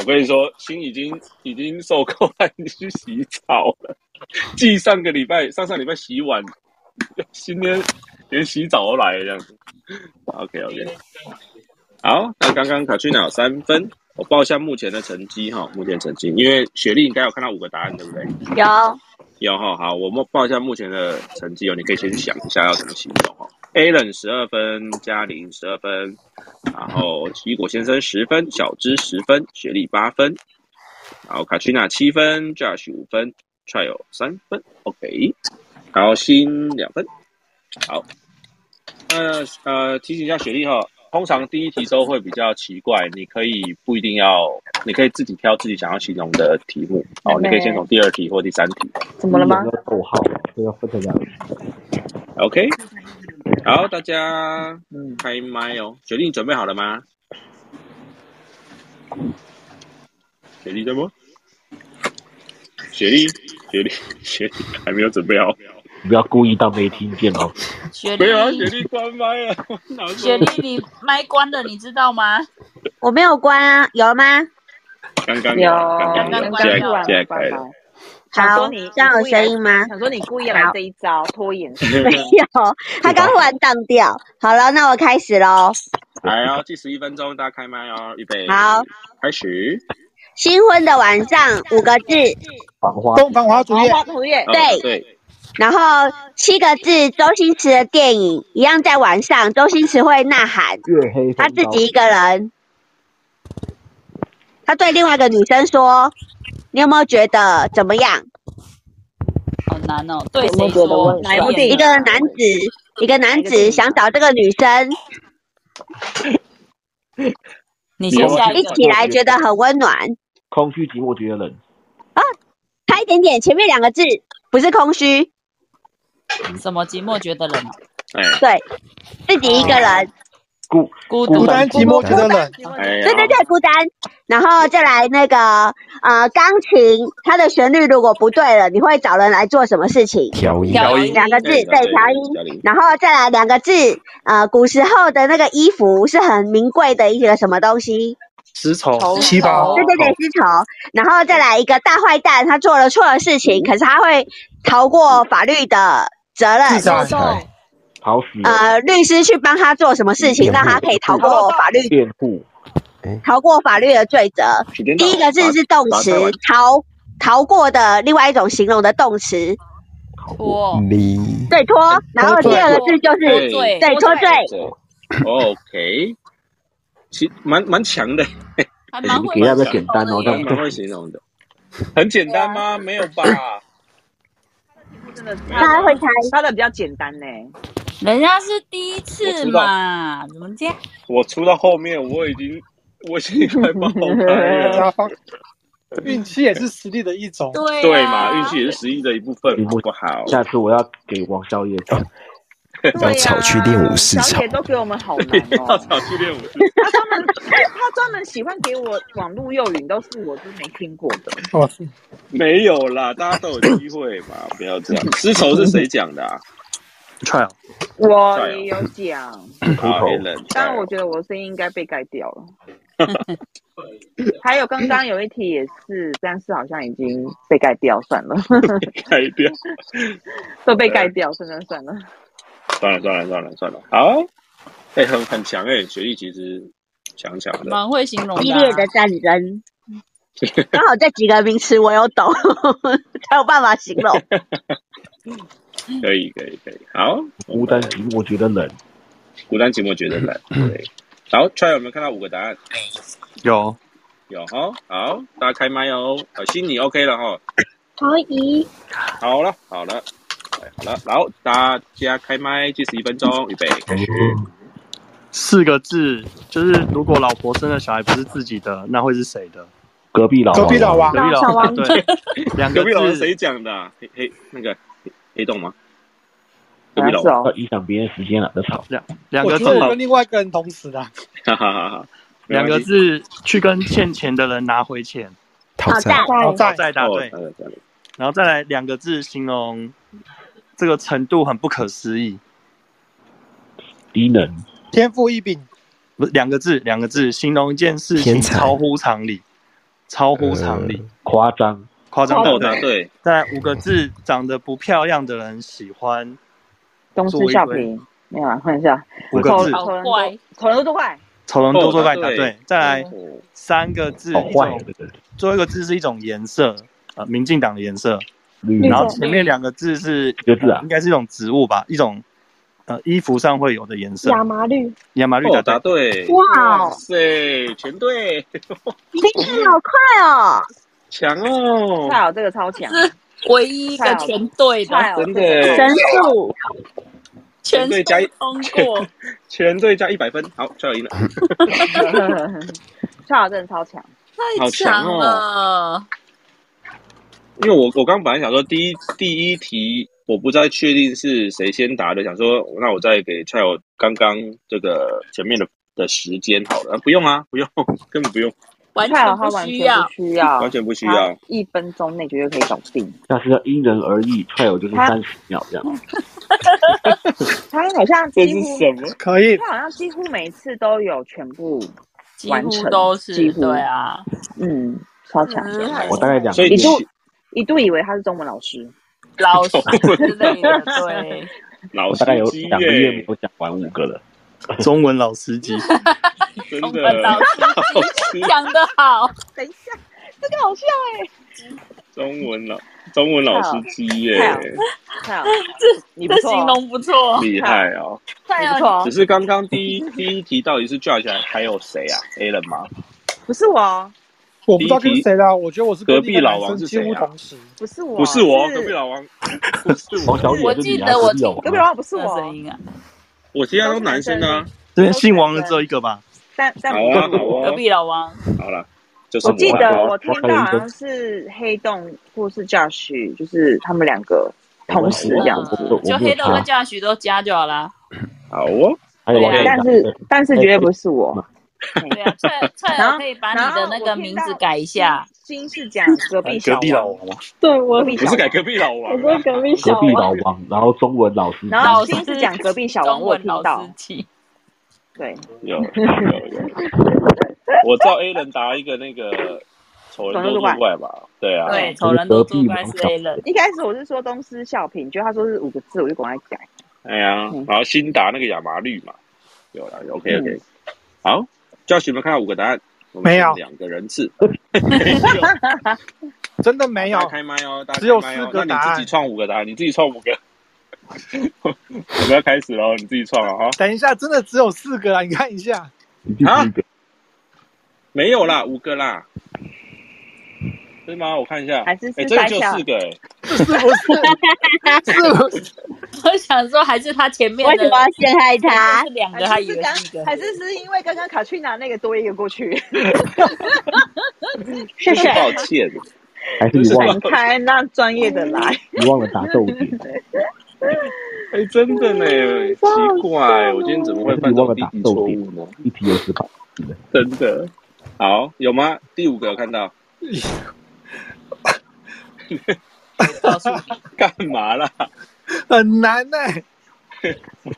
B: 我跟你说，心已经已经受够了，你去洗澡了。继上个礼拜、上上礼拜洗碗，今天连洗澡都来了这样子。OK OK，好，那刚刚卡 a 娜有三分，我报一下目前的成绩哈，目前成绩，因为雪莉应该有看到五个答案对不对？
D: 有
B: 有哈，好，我们报一下目前的成绩哦，你可以先想一下要怎么形容哈。Alan 十二分，嘉玲十二分，然后奇异果先生十分，小芝十分，雪莉八分，然后卡奇娜七分，Josh 五分，Trio 三分，OK，然后新两分，好，呃呃，提醒一下雪莉哈，通常第一题都会比较奇怪，你可以不一定要，你可以自己挑自己想要形容的题目哦，你可以先从第二题或第三题。
H: 怎么了吗？
A: 逗号，这要分成两个。
B: OK，好，大家开麦哦。雪莉，你准备好了吗？雪莉在吗？雪莉，雪莉，雪莉还没有准备好。
A: 你不要故意当没听见哦。
I: 雪
B: 没有啊，
I: 莉
B: 雪，莉关麦了。我哪有
I: 雪莉，你麦关了，你知道吗？
D: 我没有关啊，有吗？
B: 刚刚
H: 有
B: 刚
H: 刚
B: 有，
H: 刚
B: 现在
H: 关掉了
B: 现在开了。
H: 想
D: 好
H: 说你，
D: 这样有
H: 故意来
D: 声音吗？
H: 想说你故意来这一招拖延时
D: 没
H: 间。
D: 有，他刚忽然荡掉。好了，那我开始喽。
B: 来哦，计时一分钟，大家开麦哦，预备，
D: 好，
B: 开始。
D: 新婚的晚上五个字，
A: 繁花
M: 东方华主页，
H: 主页
D: 对，
B: 啊对，
D: 然后七个字，周星驰的电影一样在晚上，周星驰会呐喊，
A: 月黑啊
D: 他
A: 风
D: 自
A: 高。
D: 己一个人，他对另外一个女生说：“你有没有觉得怎么样
I: 好难哦，对
C: 有没
I: 谁
C: 有觉得我
I: 说
C: 很？”
I: 哪一部电
D: 一
I: 影
D: 个？男子，一个男子想找这个女生，
I: 你
A: 先下一
D: 一
A: 个
D: 起来觉得很温暖
A: 空虚寂寞觉得冷。
D: 啊，差一点点，前面两个字不是空虚，
H: 嗯
I: 什么寂寞觉得冷？啊
H: 哎
D: 对，自己一个人，
A: 孤
I: 孤独
M: 冷，
B: 哎
D: 对对对，孤单。然后再来那个呃，钢琴它的旋律如果不对了，你会找人来做什么事情？
F: 调音
B: 调音
D: 两个字，
B: 对
D: 对，调
B: 调音
D: 音。然后再来两个字，呃，古时候的那个衣服是很名贵的一个什么东西？
L: 丝绸
D: 头
L: 七哦宝，
D: 对对
F: 哦
D: 对，丝绸。然后再来一个大坏蛋，他做了错的事
F: 嗯
D: 情，可是他会逃过法律的责任。
A: 好死了
D: 呃，律师去帮他做什么事情，让他可以逃过法律
A: 辩护。
D: 逃过法律的罪责。
B: 间
A: 到
D: 第一个字是动词
A: 把它把它，
D: 逃逃过的另外一种形容的动词，
I: 脱
F: 离
D: 对脱。然后
B: 脱罪
D: 第二个字就是
B: 脱罪
D: 对脱罪。
B: OK，其蛮蛮强的，
I: 还
A: 蛮会你给他比较简单哦形容的耶
B: 蛮会形容的，很简单吗？没有吧？
H: 真的是
B: 大家会
D: 猜，
H: 他的比较简单呢、
I: 人家是第一次嘛，怎么这样？
B: 我出到后面，我已经我已经快爆开
M: 加
B: 了，
M: 方运气也是实力的一种。
A: 啊
I: 对
B: 对嘛？运气也是十亿的一部分，好不好？
A: 下次我要给王少爷讲，
F: 要草去练武市
H: 小
F: 场
H: 野，都给我们好难哦、
B: 要找去练武术，
H: 他专门他专门喜欢给我网络诱引，都是我都没听过的。
B: 没有啦，大家都有机会嘛，不 要这样。丝绸是谁讲的啊？
L: trial
H: 我也有讲，
B: 啊，Alan，
H: 但我觉得我的声音应该被盖掉了。还有刚刚有一题也是，但是好像已经被盖掉，算 了，
B: 盖掉，
H: 都被盖掉，算了算了。
B: 算了算了算了算了，好，哎、很很强哎、学历其实强强的，
I: 蛮会形容
D: 激
I: 的、
D: 烈
I: 啊。
D: 的战争。刚好这几个名词我有懂， 才有办法形容。
B: 可以可以可以，好，
A: 孤单寂寞觉得冷，
B: 孤单寂寞觉得冷，对。好，try 有没有看到五个答案？
L: 有
B: 有哈，好，大家开麦哦。呃，心你 OK 了哈，
N: 可以，
B: 好了好了，哎好了，然后大家开麦计时一分钟，预备开始。
L: 四个字，就是如果老婆生的小孩不是自己的，那会是谁的？
A: 隔壁老
L: 隔
A: 王
L: 壁老王
A: 隔
L: 隔
A: 壁
L: 壁
A: 老
L: 老王对两个
B: 隔壁老师
L: 字
B: 谁讲的啊？黑黑那个黑黑洞吗？隔壁老王
A: 要影响别人时间了，不要吵。
L: 两
M: 我
L: 个字
M: 觉得我 跟另外一个人同时啊的，
B: 哈哈哈哈，没
L: 两
B: 关系
L: 个字，去跟欠钱的人拿回钱。
F: 讨
M: 债讨债
L: 讨债答对
B: 哦讨债。
L: 然后再来两个字形容这个程度很不可思议，
A: 低能，
M: 天赋异禀，
L: 不是两个字，两个字形容一件事情
A: 天才
L: 超乎常理，超乎常理，
A: 呃夸张，
L: 夸张
B: 哦
L: 到
B: 答对。
L: 再来五个字，长得不漂亮的人喜欢
H: 东施
L: 做一
H: 效
L: 堆
H: 颦，没有啊，开玩笑。
L: 五个字，
H: 丑人丑人多怪，
L: 丑人多作怪，
H: 哦
L: 答
H: 答对
L: 对。再来三个字，
A: 好
L: 一
A: 坏哦
L: 种
A: 这个人
L: 最后一个字是一种颜色，呃，民进党的颜色。
A: 绿
L: 然后
A: 色
L: 前面两个字是
A: 几个字啊
L: 呃应该是一种植物吧，一种呃衣服上会有的颜色。
N: 亚麻绿，
L: 亚麻绿
B: 哦，
L: 答
B: 答对，
D: 哇哦
B: 哇塞，全对，
D: 你看好快哦！
B: 强哦，
H: 蔡老这个超强，哦
I: 唯一一个全对的
H: 蔡老，
B: 真的耶
D: 神速，
I: 全
B: 对加一
I: 通过。
B: 全对加一百分，好，蔡友赢了，
H: 蔡老真的超强，
B: 好
I: 太
B: 强哦
I: 强了！
B: 因为我我刚本来想说第一第一题我不太确定是谁先答的，想说那我再给蔡友刚刚这个前面的的时间好了，啊不用啊，不用， 根本不用，
I: 完
H: 蔡
I: 全
H: 老哦他
I: 不
H: 完
I: 需
H: 全
I: 要
H: 不，需要，
B: 完全不需要
H: 他一分钟内绝对可以搞定。
A: 但是要因人而异，踹友就是
H: 他
A: 三十秒这样。
H: 他好像
B: 这
H: 几
B: 是
H: 乎
B: 什么？
M: 可以
H: 他好像几乎每一次都有全部
I: 几
H: 完
I: 乎
H: 成，
I: 都
H: 几
I: 是
H: 乎
I: 对，啊。
H: 嗯，超强。
I: 嗯还
A: 我大概两
B: 所以
H: 一
B: 你
H: 度一度以为他是中文老师，
I: 老 师之类的， 对，
B: 老
A: 我
B: 司
A: 大概有
B: 机
A: 两个月没
B: 耶，
A: 有讲完五个了。
L: 中文老司机，
B: 真
I: 中
B: 的
I: 文老
B: 师
I: 讲得好，
H: 等一下，这个好笑哎、
B: 中 文老中文老司机耶，
H: 蔡老蔡老，你 不
I: 这
H: 错哦
I: 形容不错，
B: 厉害哦。
I: 太
H: 你不错哦
B: 只是刚刚第一 第一题到底是 Judge 还还有谁啊？Alan 吗？
H: 不是我哦，
M: 我不知道跟谁啦，我觉得我是跟
B: 隔壁
M: 另一个
B: 老
M: 男
B: 王
M: 生
B: 是
M: 几
B: 谁
M: 乎
B: 啊
M: 同时。
H: 不是我，
B: 不是我，
H: 是
B: 隔壁老王，不是
A: 王小
B: 我，
A: 野
I: 我
A: 是
I: 记
A: 你
I: 得
A: 啊，
I: 我
A: 隔壁老王
H: 隔壁
A: 啊
H: 老王不是
I: 的
H: 我
I: 声，音啊，
B: 我现在都男生啊。
L: 这边姓王的只有一个吧？
H: 但但
B: 好
H: 不
B: 啊，
H: 是
B: 好
H: 我，
B: 啊
I: 隔，壁老王
B: 好了，啊就是
H: 我记得
B: 我
H: 我听到
I: 啊
H: 好像是黑洞或是 Josh，就是他们两个同时这样子。
I: 就黑豆跟酱许都加就好啦。
B: 好哦，
H: 对啊，但是但是绝对不是我。
I: 对啊，翠翠儿可以把你的那个名字改一下。
H: 新是讲隔壁
B: 隔壁老王吗？
H: 对我
B: 不是改隔壁老王，
H: 我说隔壁
G: 啊
A: 隔壁老王，然后中文老师，
H: 然后新是讲隔壁小王，我听到。对，
B: 有有有。 我照 A 人答一个那个丑人都作怪吧，对啊，
I: 对，丑人都作怪是 A 人。
H: 一开始我是说东施效颦，就他说是五个字，我就赶快改。
B: 哎呀，
I: 嗯
B: 然后新答那个亚麻绿嘛，有了，OK OK，好。教学们看到五个答案，我们
M: 没有
B: 两个人次，
M: 真的没有。
B: 开麦哦，大家
M: 只有
B: 开麦
M: 四
B: 哦
M: 个答
B: 那你自
M: 案
B: 己。创五个答案，你自己创五个。 我们要开始喽，你自己创啊了哈。
M: 等一下，真的只有四个啊！你看一下，
B: 啊，没有啦，五个啦，是吗？我看一下，
I: 还是是
B: 哎，真的
I: 三
B: 就
I: 项
B: 四个哎，
M: 是不
I: 是？是，我想说还是他前面
D: 为什么要陷害他
I: 是两个，他以为
H: 刚
I: 是一个，
H: 还是是因为刚刚卡去拿那个多一个过 去，
D: 谢谢
B: 抱歉，
A: 还是你忘了
H: 闪开，让专业的 来。
A: 你忘了打豆点，
B: 哎，真的呢，奇怪，我
I: 哦
B: 今天怎么会
A: 还是
B: 犯
A: 你
B: 这
A: 忘了
B: 种低
A: 打
B: 级错
A: 豆
B: 误
A: 点
B: 呢？
A: 一题有十把，
B: 真的，好有吗？第五个有看到，干嘛啦？
M: 很难 呢、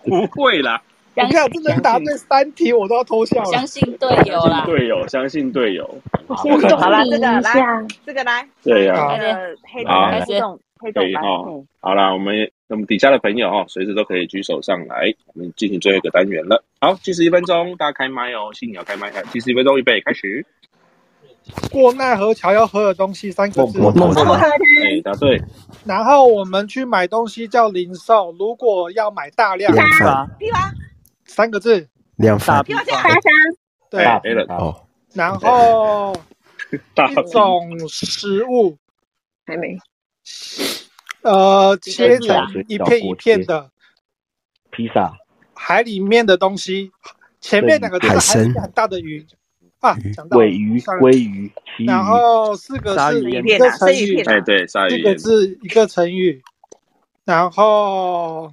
B: 不会啦，
M: 我看我真的答对三题，我都要偷笑了。
I: 相信队友
B: 相信
I: 啦。
B: 队友，相信队友。
H: 先动好啦，这个
B: 来，
H: 来，这个来，
B: 对呀
H: 那个黑洞
B: 好
H: 来，黑洞，黑
B: 可
H: 洞
B: 以
H: 来，
B: 哦。好啦，我们那么底下的朋友哦，随时都可以举手上来，我们进行最后一个单元了。好，计时一分钟，大家开麦哦，信你要开麦，计时一分钟，预备，开始。
M: 过奈何桥要喝的东西三个字，
B: 哎，答对，
M: 然后我们去买东西叫零售，如果要买大量，
F: 量贩
H: 批发
M: 三个字，
F: 量贩
M: 批发
H: 大商，
M: 对，
B: 哎，A 人，
F: 哦，
M: 然后
B: 大
M: 一种食物，
H: 还没，
M: 呃，切
A: 水饺
M: 成一片一片的
A: 披萨，
M: 海里面的东西，前面两个字
A: 海
M: 是海里
A: 参
M: 很大的鱼啊，讲到
A: 尾鱼、鲑鱼、旗鱼，
M: 然后四个
A: 鲨
M: 是
A: 鱼
M: 一
A: 片
M: 个
A: 啊
M: 成
A: 生鱼
M: 语
A: 片，啊
B: 哎，对，鲨
M: 四
B: 鱼
M: 个
B: 眼，
M: 字一个成语，然后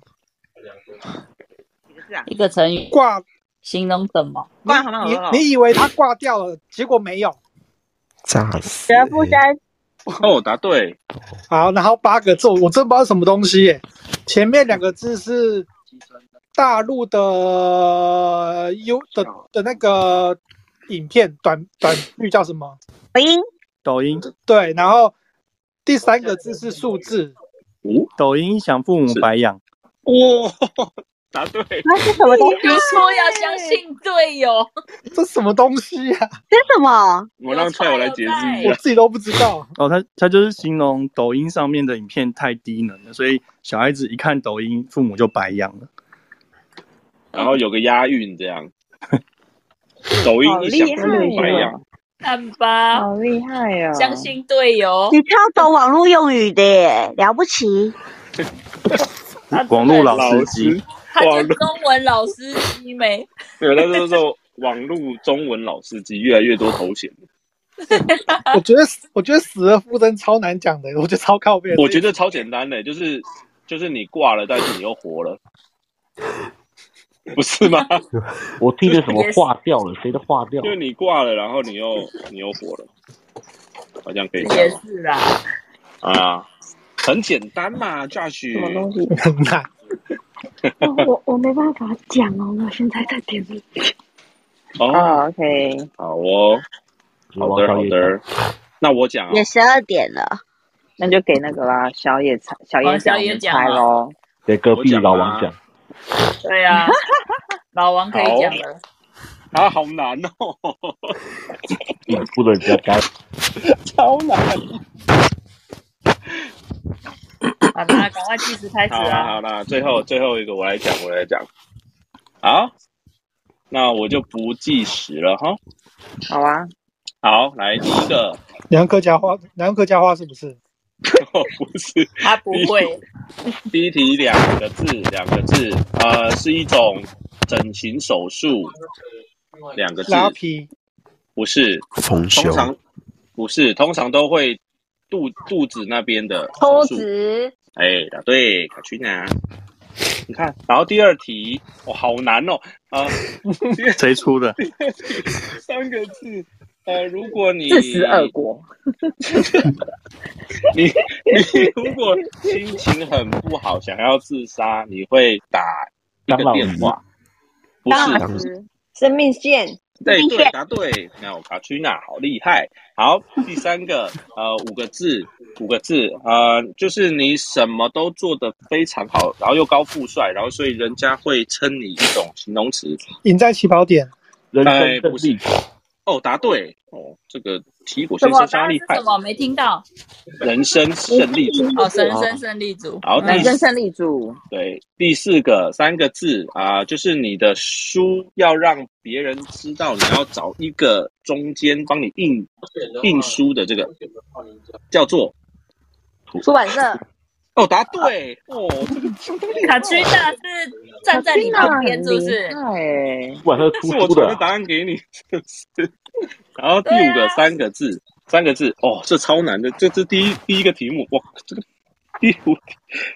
A: 啊
I: 一个成语
M: 挂
I: 形容什么？
H: 挂好
M: 你你以为他挂掉了，结果没有。
F: 炸死！
M: 蛇附身。
B: 哦，答对，
M: 好，然后八个字，我真不知道什么东西耶。前面两个字是大陆的 U 的的那个影片短短剧叫什么？
D: 抖音。
L: 抖音
M: 对，然后第三个字是数字。
L: 抖音想父母白养，
B: 哇、答对，
M: 那是什么东西
I: 就说要相信队友，
M: 这什么东西呀、
D: 这什么？
B: 我让蔡友来解释一
M: 我
B: 下。
M: 自己都不知 道。
L: 哦，他他就是形容抖音上面的影片太低能了，所以小孩子一看抖音，父母就白养了。
B: 然后有个押韵这样，抖音一响，父母白养。
I: 看吧，
H: 好厉害呀、
I: 相信队
G: 哦
I: 友，
D: 你超懂网络用语的耶，了不起！
L: 网络老司机，
I: 他
B: 网
I: 就
B: 络，
I: 中文老师一枚，
B: 对，那时候网络中文老司机越来越多头衔，
M: 我觉得我觉得死而复生超难讲的，我觉得超靠
I: 啊
M: 背。
B: 我觉得超简单的，就是就是你挂了，但是你又活了，不是吗？
A: 我听着什么化掉了，谁的化掉
B: 就？是你挂了，然后你又你又活了，好像可以这
I: 也
B: 样
I: 是啦。
B: 啊，很简单嘛，Josh。什么东
M: 西？很难。
N: 我我我没办法讲哦，我现在在点名。
B: 哦
H: ，OK，
B: 好哦，好的好的，那我讲啊
D: 也，十二点了，
H: 那就给那个啦，小野猜，小野
I: 哦小野
H: 讲我们猜
I: 讲啊
H: 喽。
A: 对，隔壁老王讲，
I: 对呀、老王可以讲了。
B: 啊，好难哦，
A: 你不能加加。
B: 超难。
I: 好啦，赶快计时开始
B: 好啦
I: 啊！
B: 好啦，最后最后一个我来讲，我来讲。好，那我就不计时了哈。
H: 好啊，
B: 好，来第一个，
M: 两客家话，两客家话是不是？
B: 哦不是，
I: 他不会。
B: 第一题两个字，两个字，呃，是一种整形手术，两个字，
M: 拉皮
B: 不是。
F: 丰
B: 通
F: 胸
B: 常不是，通常都会肚肚子那边的
G: 抽
B: 数
G: 脂，
B: 哎，答对，卡去哪？你看，然后第二题，哦，好难哦，啊、
L: 谁出的？
B: 三个字，呃，如果你
G: 自食恶果，
B: 你你如果心情很不好，想要自杀，你会打一个电话，不
C: 当
B: 是？
C: 时生命线，
B: 对
C: 生命
B: 对，
C: 线
B: 答对，那我卡去哪？好厉害！ 好，第三个，呃，五个字，五个字，呃，就是你什么都做得非常好，然后又高富帅，然后所以人家会称你一种形容词，
M: 赢在起跑点，
B: 人不是哦，答对哦，这个提果
G: 什
B: 先生
G: 么？刚
B: 沙
G: 刚
B: 厉
G: 是
B: 害
G: 什，么？没听到。
B: 人生胜利者。
G: 哦，人生胜利组，
B: 好
G: 嗯
B: 第
G: 人生胜利组，
B: 对，第四个三个字啊、就是你的书要让别人知道，你要找一个中间帮你印印书的这个叫做
G: 出版社。
B: 哦，答对哦，这个相当厉
G: 卡区娜是 站在你旁边，是不是？啊
B: 哎，
A: 晚上
B: 是
A: 出
B: 我
A: 书
B: 传
A: 的
B: 的
A: 啊、
B: 答案给你， 是不是？然后第五个、三个字，三个字哦，这超难的，这这第一第一个题目，哇，这个第五题，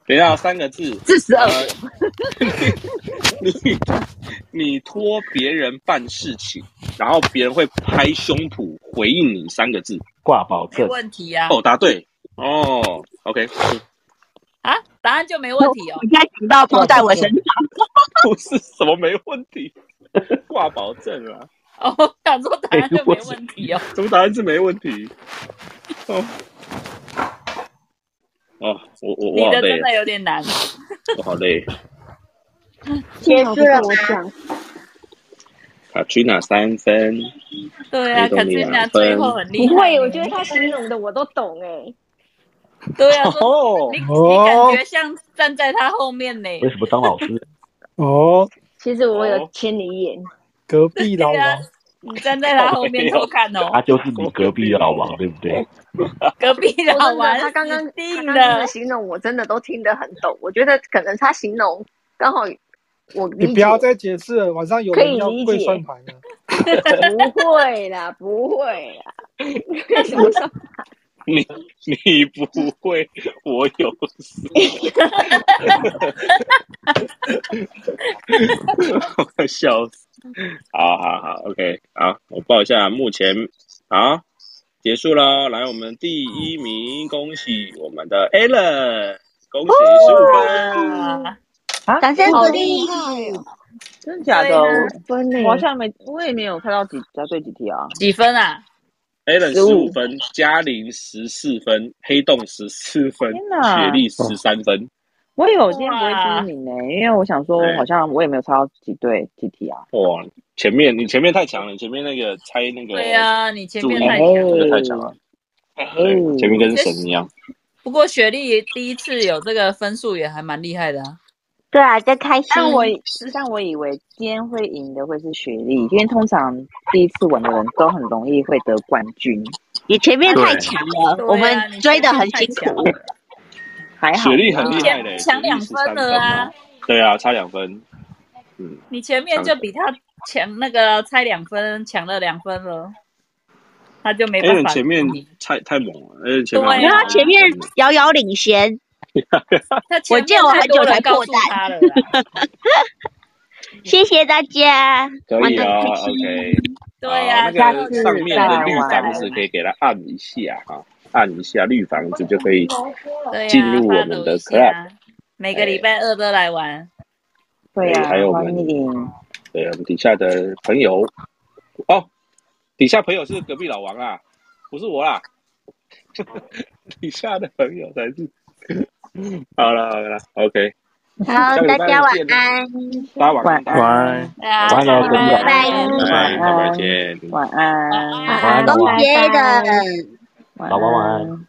B: 等一下三个字，
G: 自食恶
B: 呃你你托别人办事情，然后别人会拍胸脯回应你三个字，挂保
G: 没问题啊呀、
B: 哦，答对哦，OK，
G: 啊！答案就没问题哦。
D: 应该请到包在我身上。
B: 不是什么没问 题，挂保证啊。
G: 哦，我想说答案就没问题哦。
B: 怎么答案是没问题？哦哦，我我
G: 你
B: 我好
G: 的
B: 累
G: 真，的有点难。
B: 我好累。
C: 结束了吗？
B: 卡去哪三分？
G: 对啊，
B: 你懂
G: 卡
B: 你
G: 去娜
B: 两
G: 最
B: 分
G: 后很厉
C: 不
G: 害。
C: 会，我觉得他形容的我都懂哎、
G: 对啊，
B: 哦
G: 你你感觉像站在他后面呢？
A: 为什么当老 师？
M: 哦，
C: 其实我有千里眼，
M: 隔壁老
G: 对啊
M: 王，，
G: 你站在他后面偷看
A: 他
G: 哦。
A: 就是你隔壁的老王，对不
B: 哦
A: 对？
G: 隔壁老
C: 说真
G: 王
C: 的，他刚刚
G: 定
C: 他
G: 了
C: 刚刚的形容我真的都听得很懂，我觉得可能他形容刚好我
M: 你
C: 理
M: 不
C: 解，
M: 要再解释了，晚上有人要跪算盘了。
C: 不会啦，不会 啦， 什么时候
B: 你你不会，我有 事。 我笑死！好好好，OK，好，我报一下目前，好，结束喽。来，我们第一名，恭喜我们的 Allen，恭喜十五分。
H: 啊
D: 掌声
H: 好
D: 鼓
H: 厉
D: 励。
H: 害哦！真的假的？
G: 对啊
H: 我我好像没，我也没有看到几答对几题啊。
G: 几分啊？
B: Allen 十
H: 15
B: 五分，嘉玲十四分，黑洞十四分，
H: 哪
B: 雪莉十三分。
H: 我有今天不会知名呢、因为我想说，
B: 对
H: 好像我也没有猜到几对几题啊。
B: 哇，前面你前面太强了，你前面那个猜那个
G: 对啊，你前
B: 注
G: 面
B: 意
G: 太强
B: 那
G: 了
B: 个。太强了，哎对，前面跟神一样。
G: 不过雪莉第一次有这个分数也还蛮厉害的、啊。
D: 对啊，真开心。
H: 但我但我以为今天会赢的会是雪莉，因为通常第一次玩的人都很容易会得冠军。
D: 你前面太强
I: 啊
D: 了，我们追的很辛苦。
H: 还
B: 雪莉很厉害的，
G: 你前抢两分了啊！
B: 对啊，差两分。嗯，
G: 你前面就比他强那个猜两分，抢了两分了，他就没
B: a
G: 办
B: l
G: 法。
B: 哎
G: 啊
B: 前面太太猛了 a l 前面好像
D: 因为他前面
B: 拿了两分
D: 遥遥领先。
G: 他
D: 我
G: 前
D: 记
G: 面
D: 得我
G: 太
D: 很久
G: 多
D: 才
G: 人告
D: 破
G: 诉
D: 蛋。
G: 他了啦。
D: 谢谢大家，
B: 可
D: 玩
B: 以
D: 的
B: 啊
D: 开心。
B: ，OK。
G: 对
B: 啊，
G: 啊
B: 那
G: 下
B: 个
G: 次
B: 上面
G: 再
B: 的
G: 来
B: 绿
G: 玩
B: 房子可以给它按一下啊，按一下绿房子就可以
G: 对
B: 进
G: 呀、
B: 入我
G: 发
B: 们
G: 抖
B: 的
G: 一
B: club。
G: 下，每个礼拜二都来玩。
H: 对
B: 对，
H: 啊，
B: 哎还有我
H: 欢
B: 们
H: 迎。
B: 对我们底下的朋友哦，底下朋友是隔壁老王啊，不是我啦，底下的朋友才是。
G: 嗯
B: 好了好了，OK，
D: 好
B: 下，个礼
D: 大
B: 拜
D: 家晚
B: 见
D: 安，
B: 大家晚安，大家晚安，
G: 啊
A: 晚安
G: 下
A: 啊
G: 礼
A: 各位
G: 拜
A: 晚
D: 拜
G: 二
B: 拜拜，下礼拜见，
H: 晚安，晚
A: 晚安
D: 恭
A: 老
D: 喜
A: 王，
D: a 的，
H: 晚
A: 老王晚安。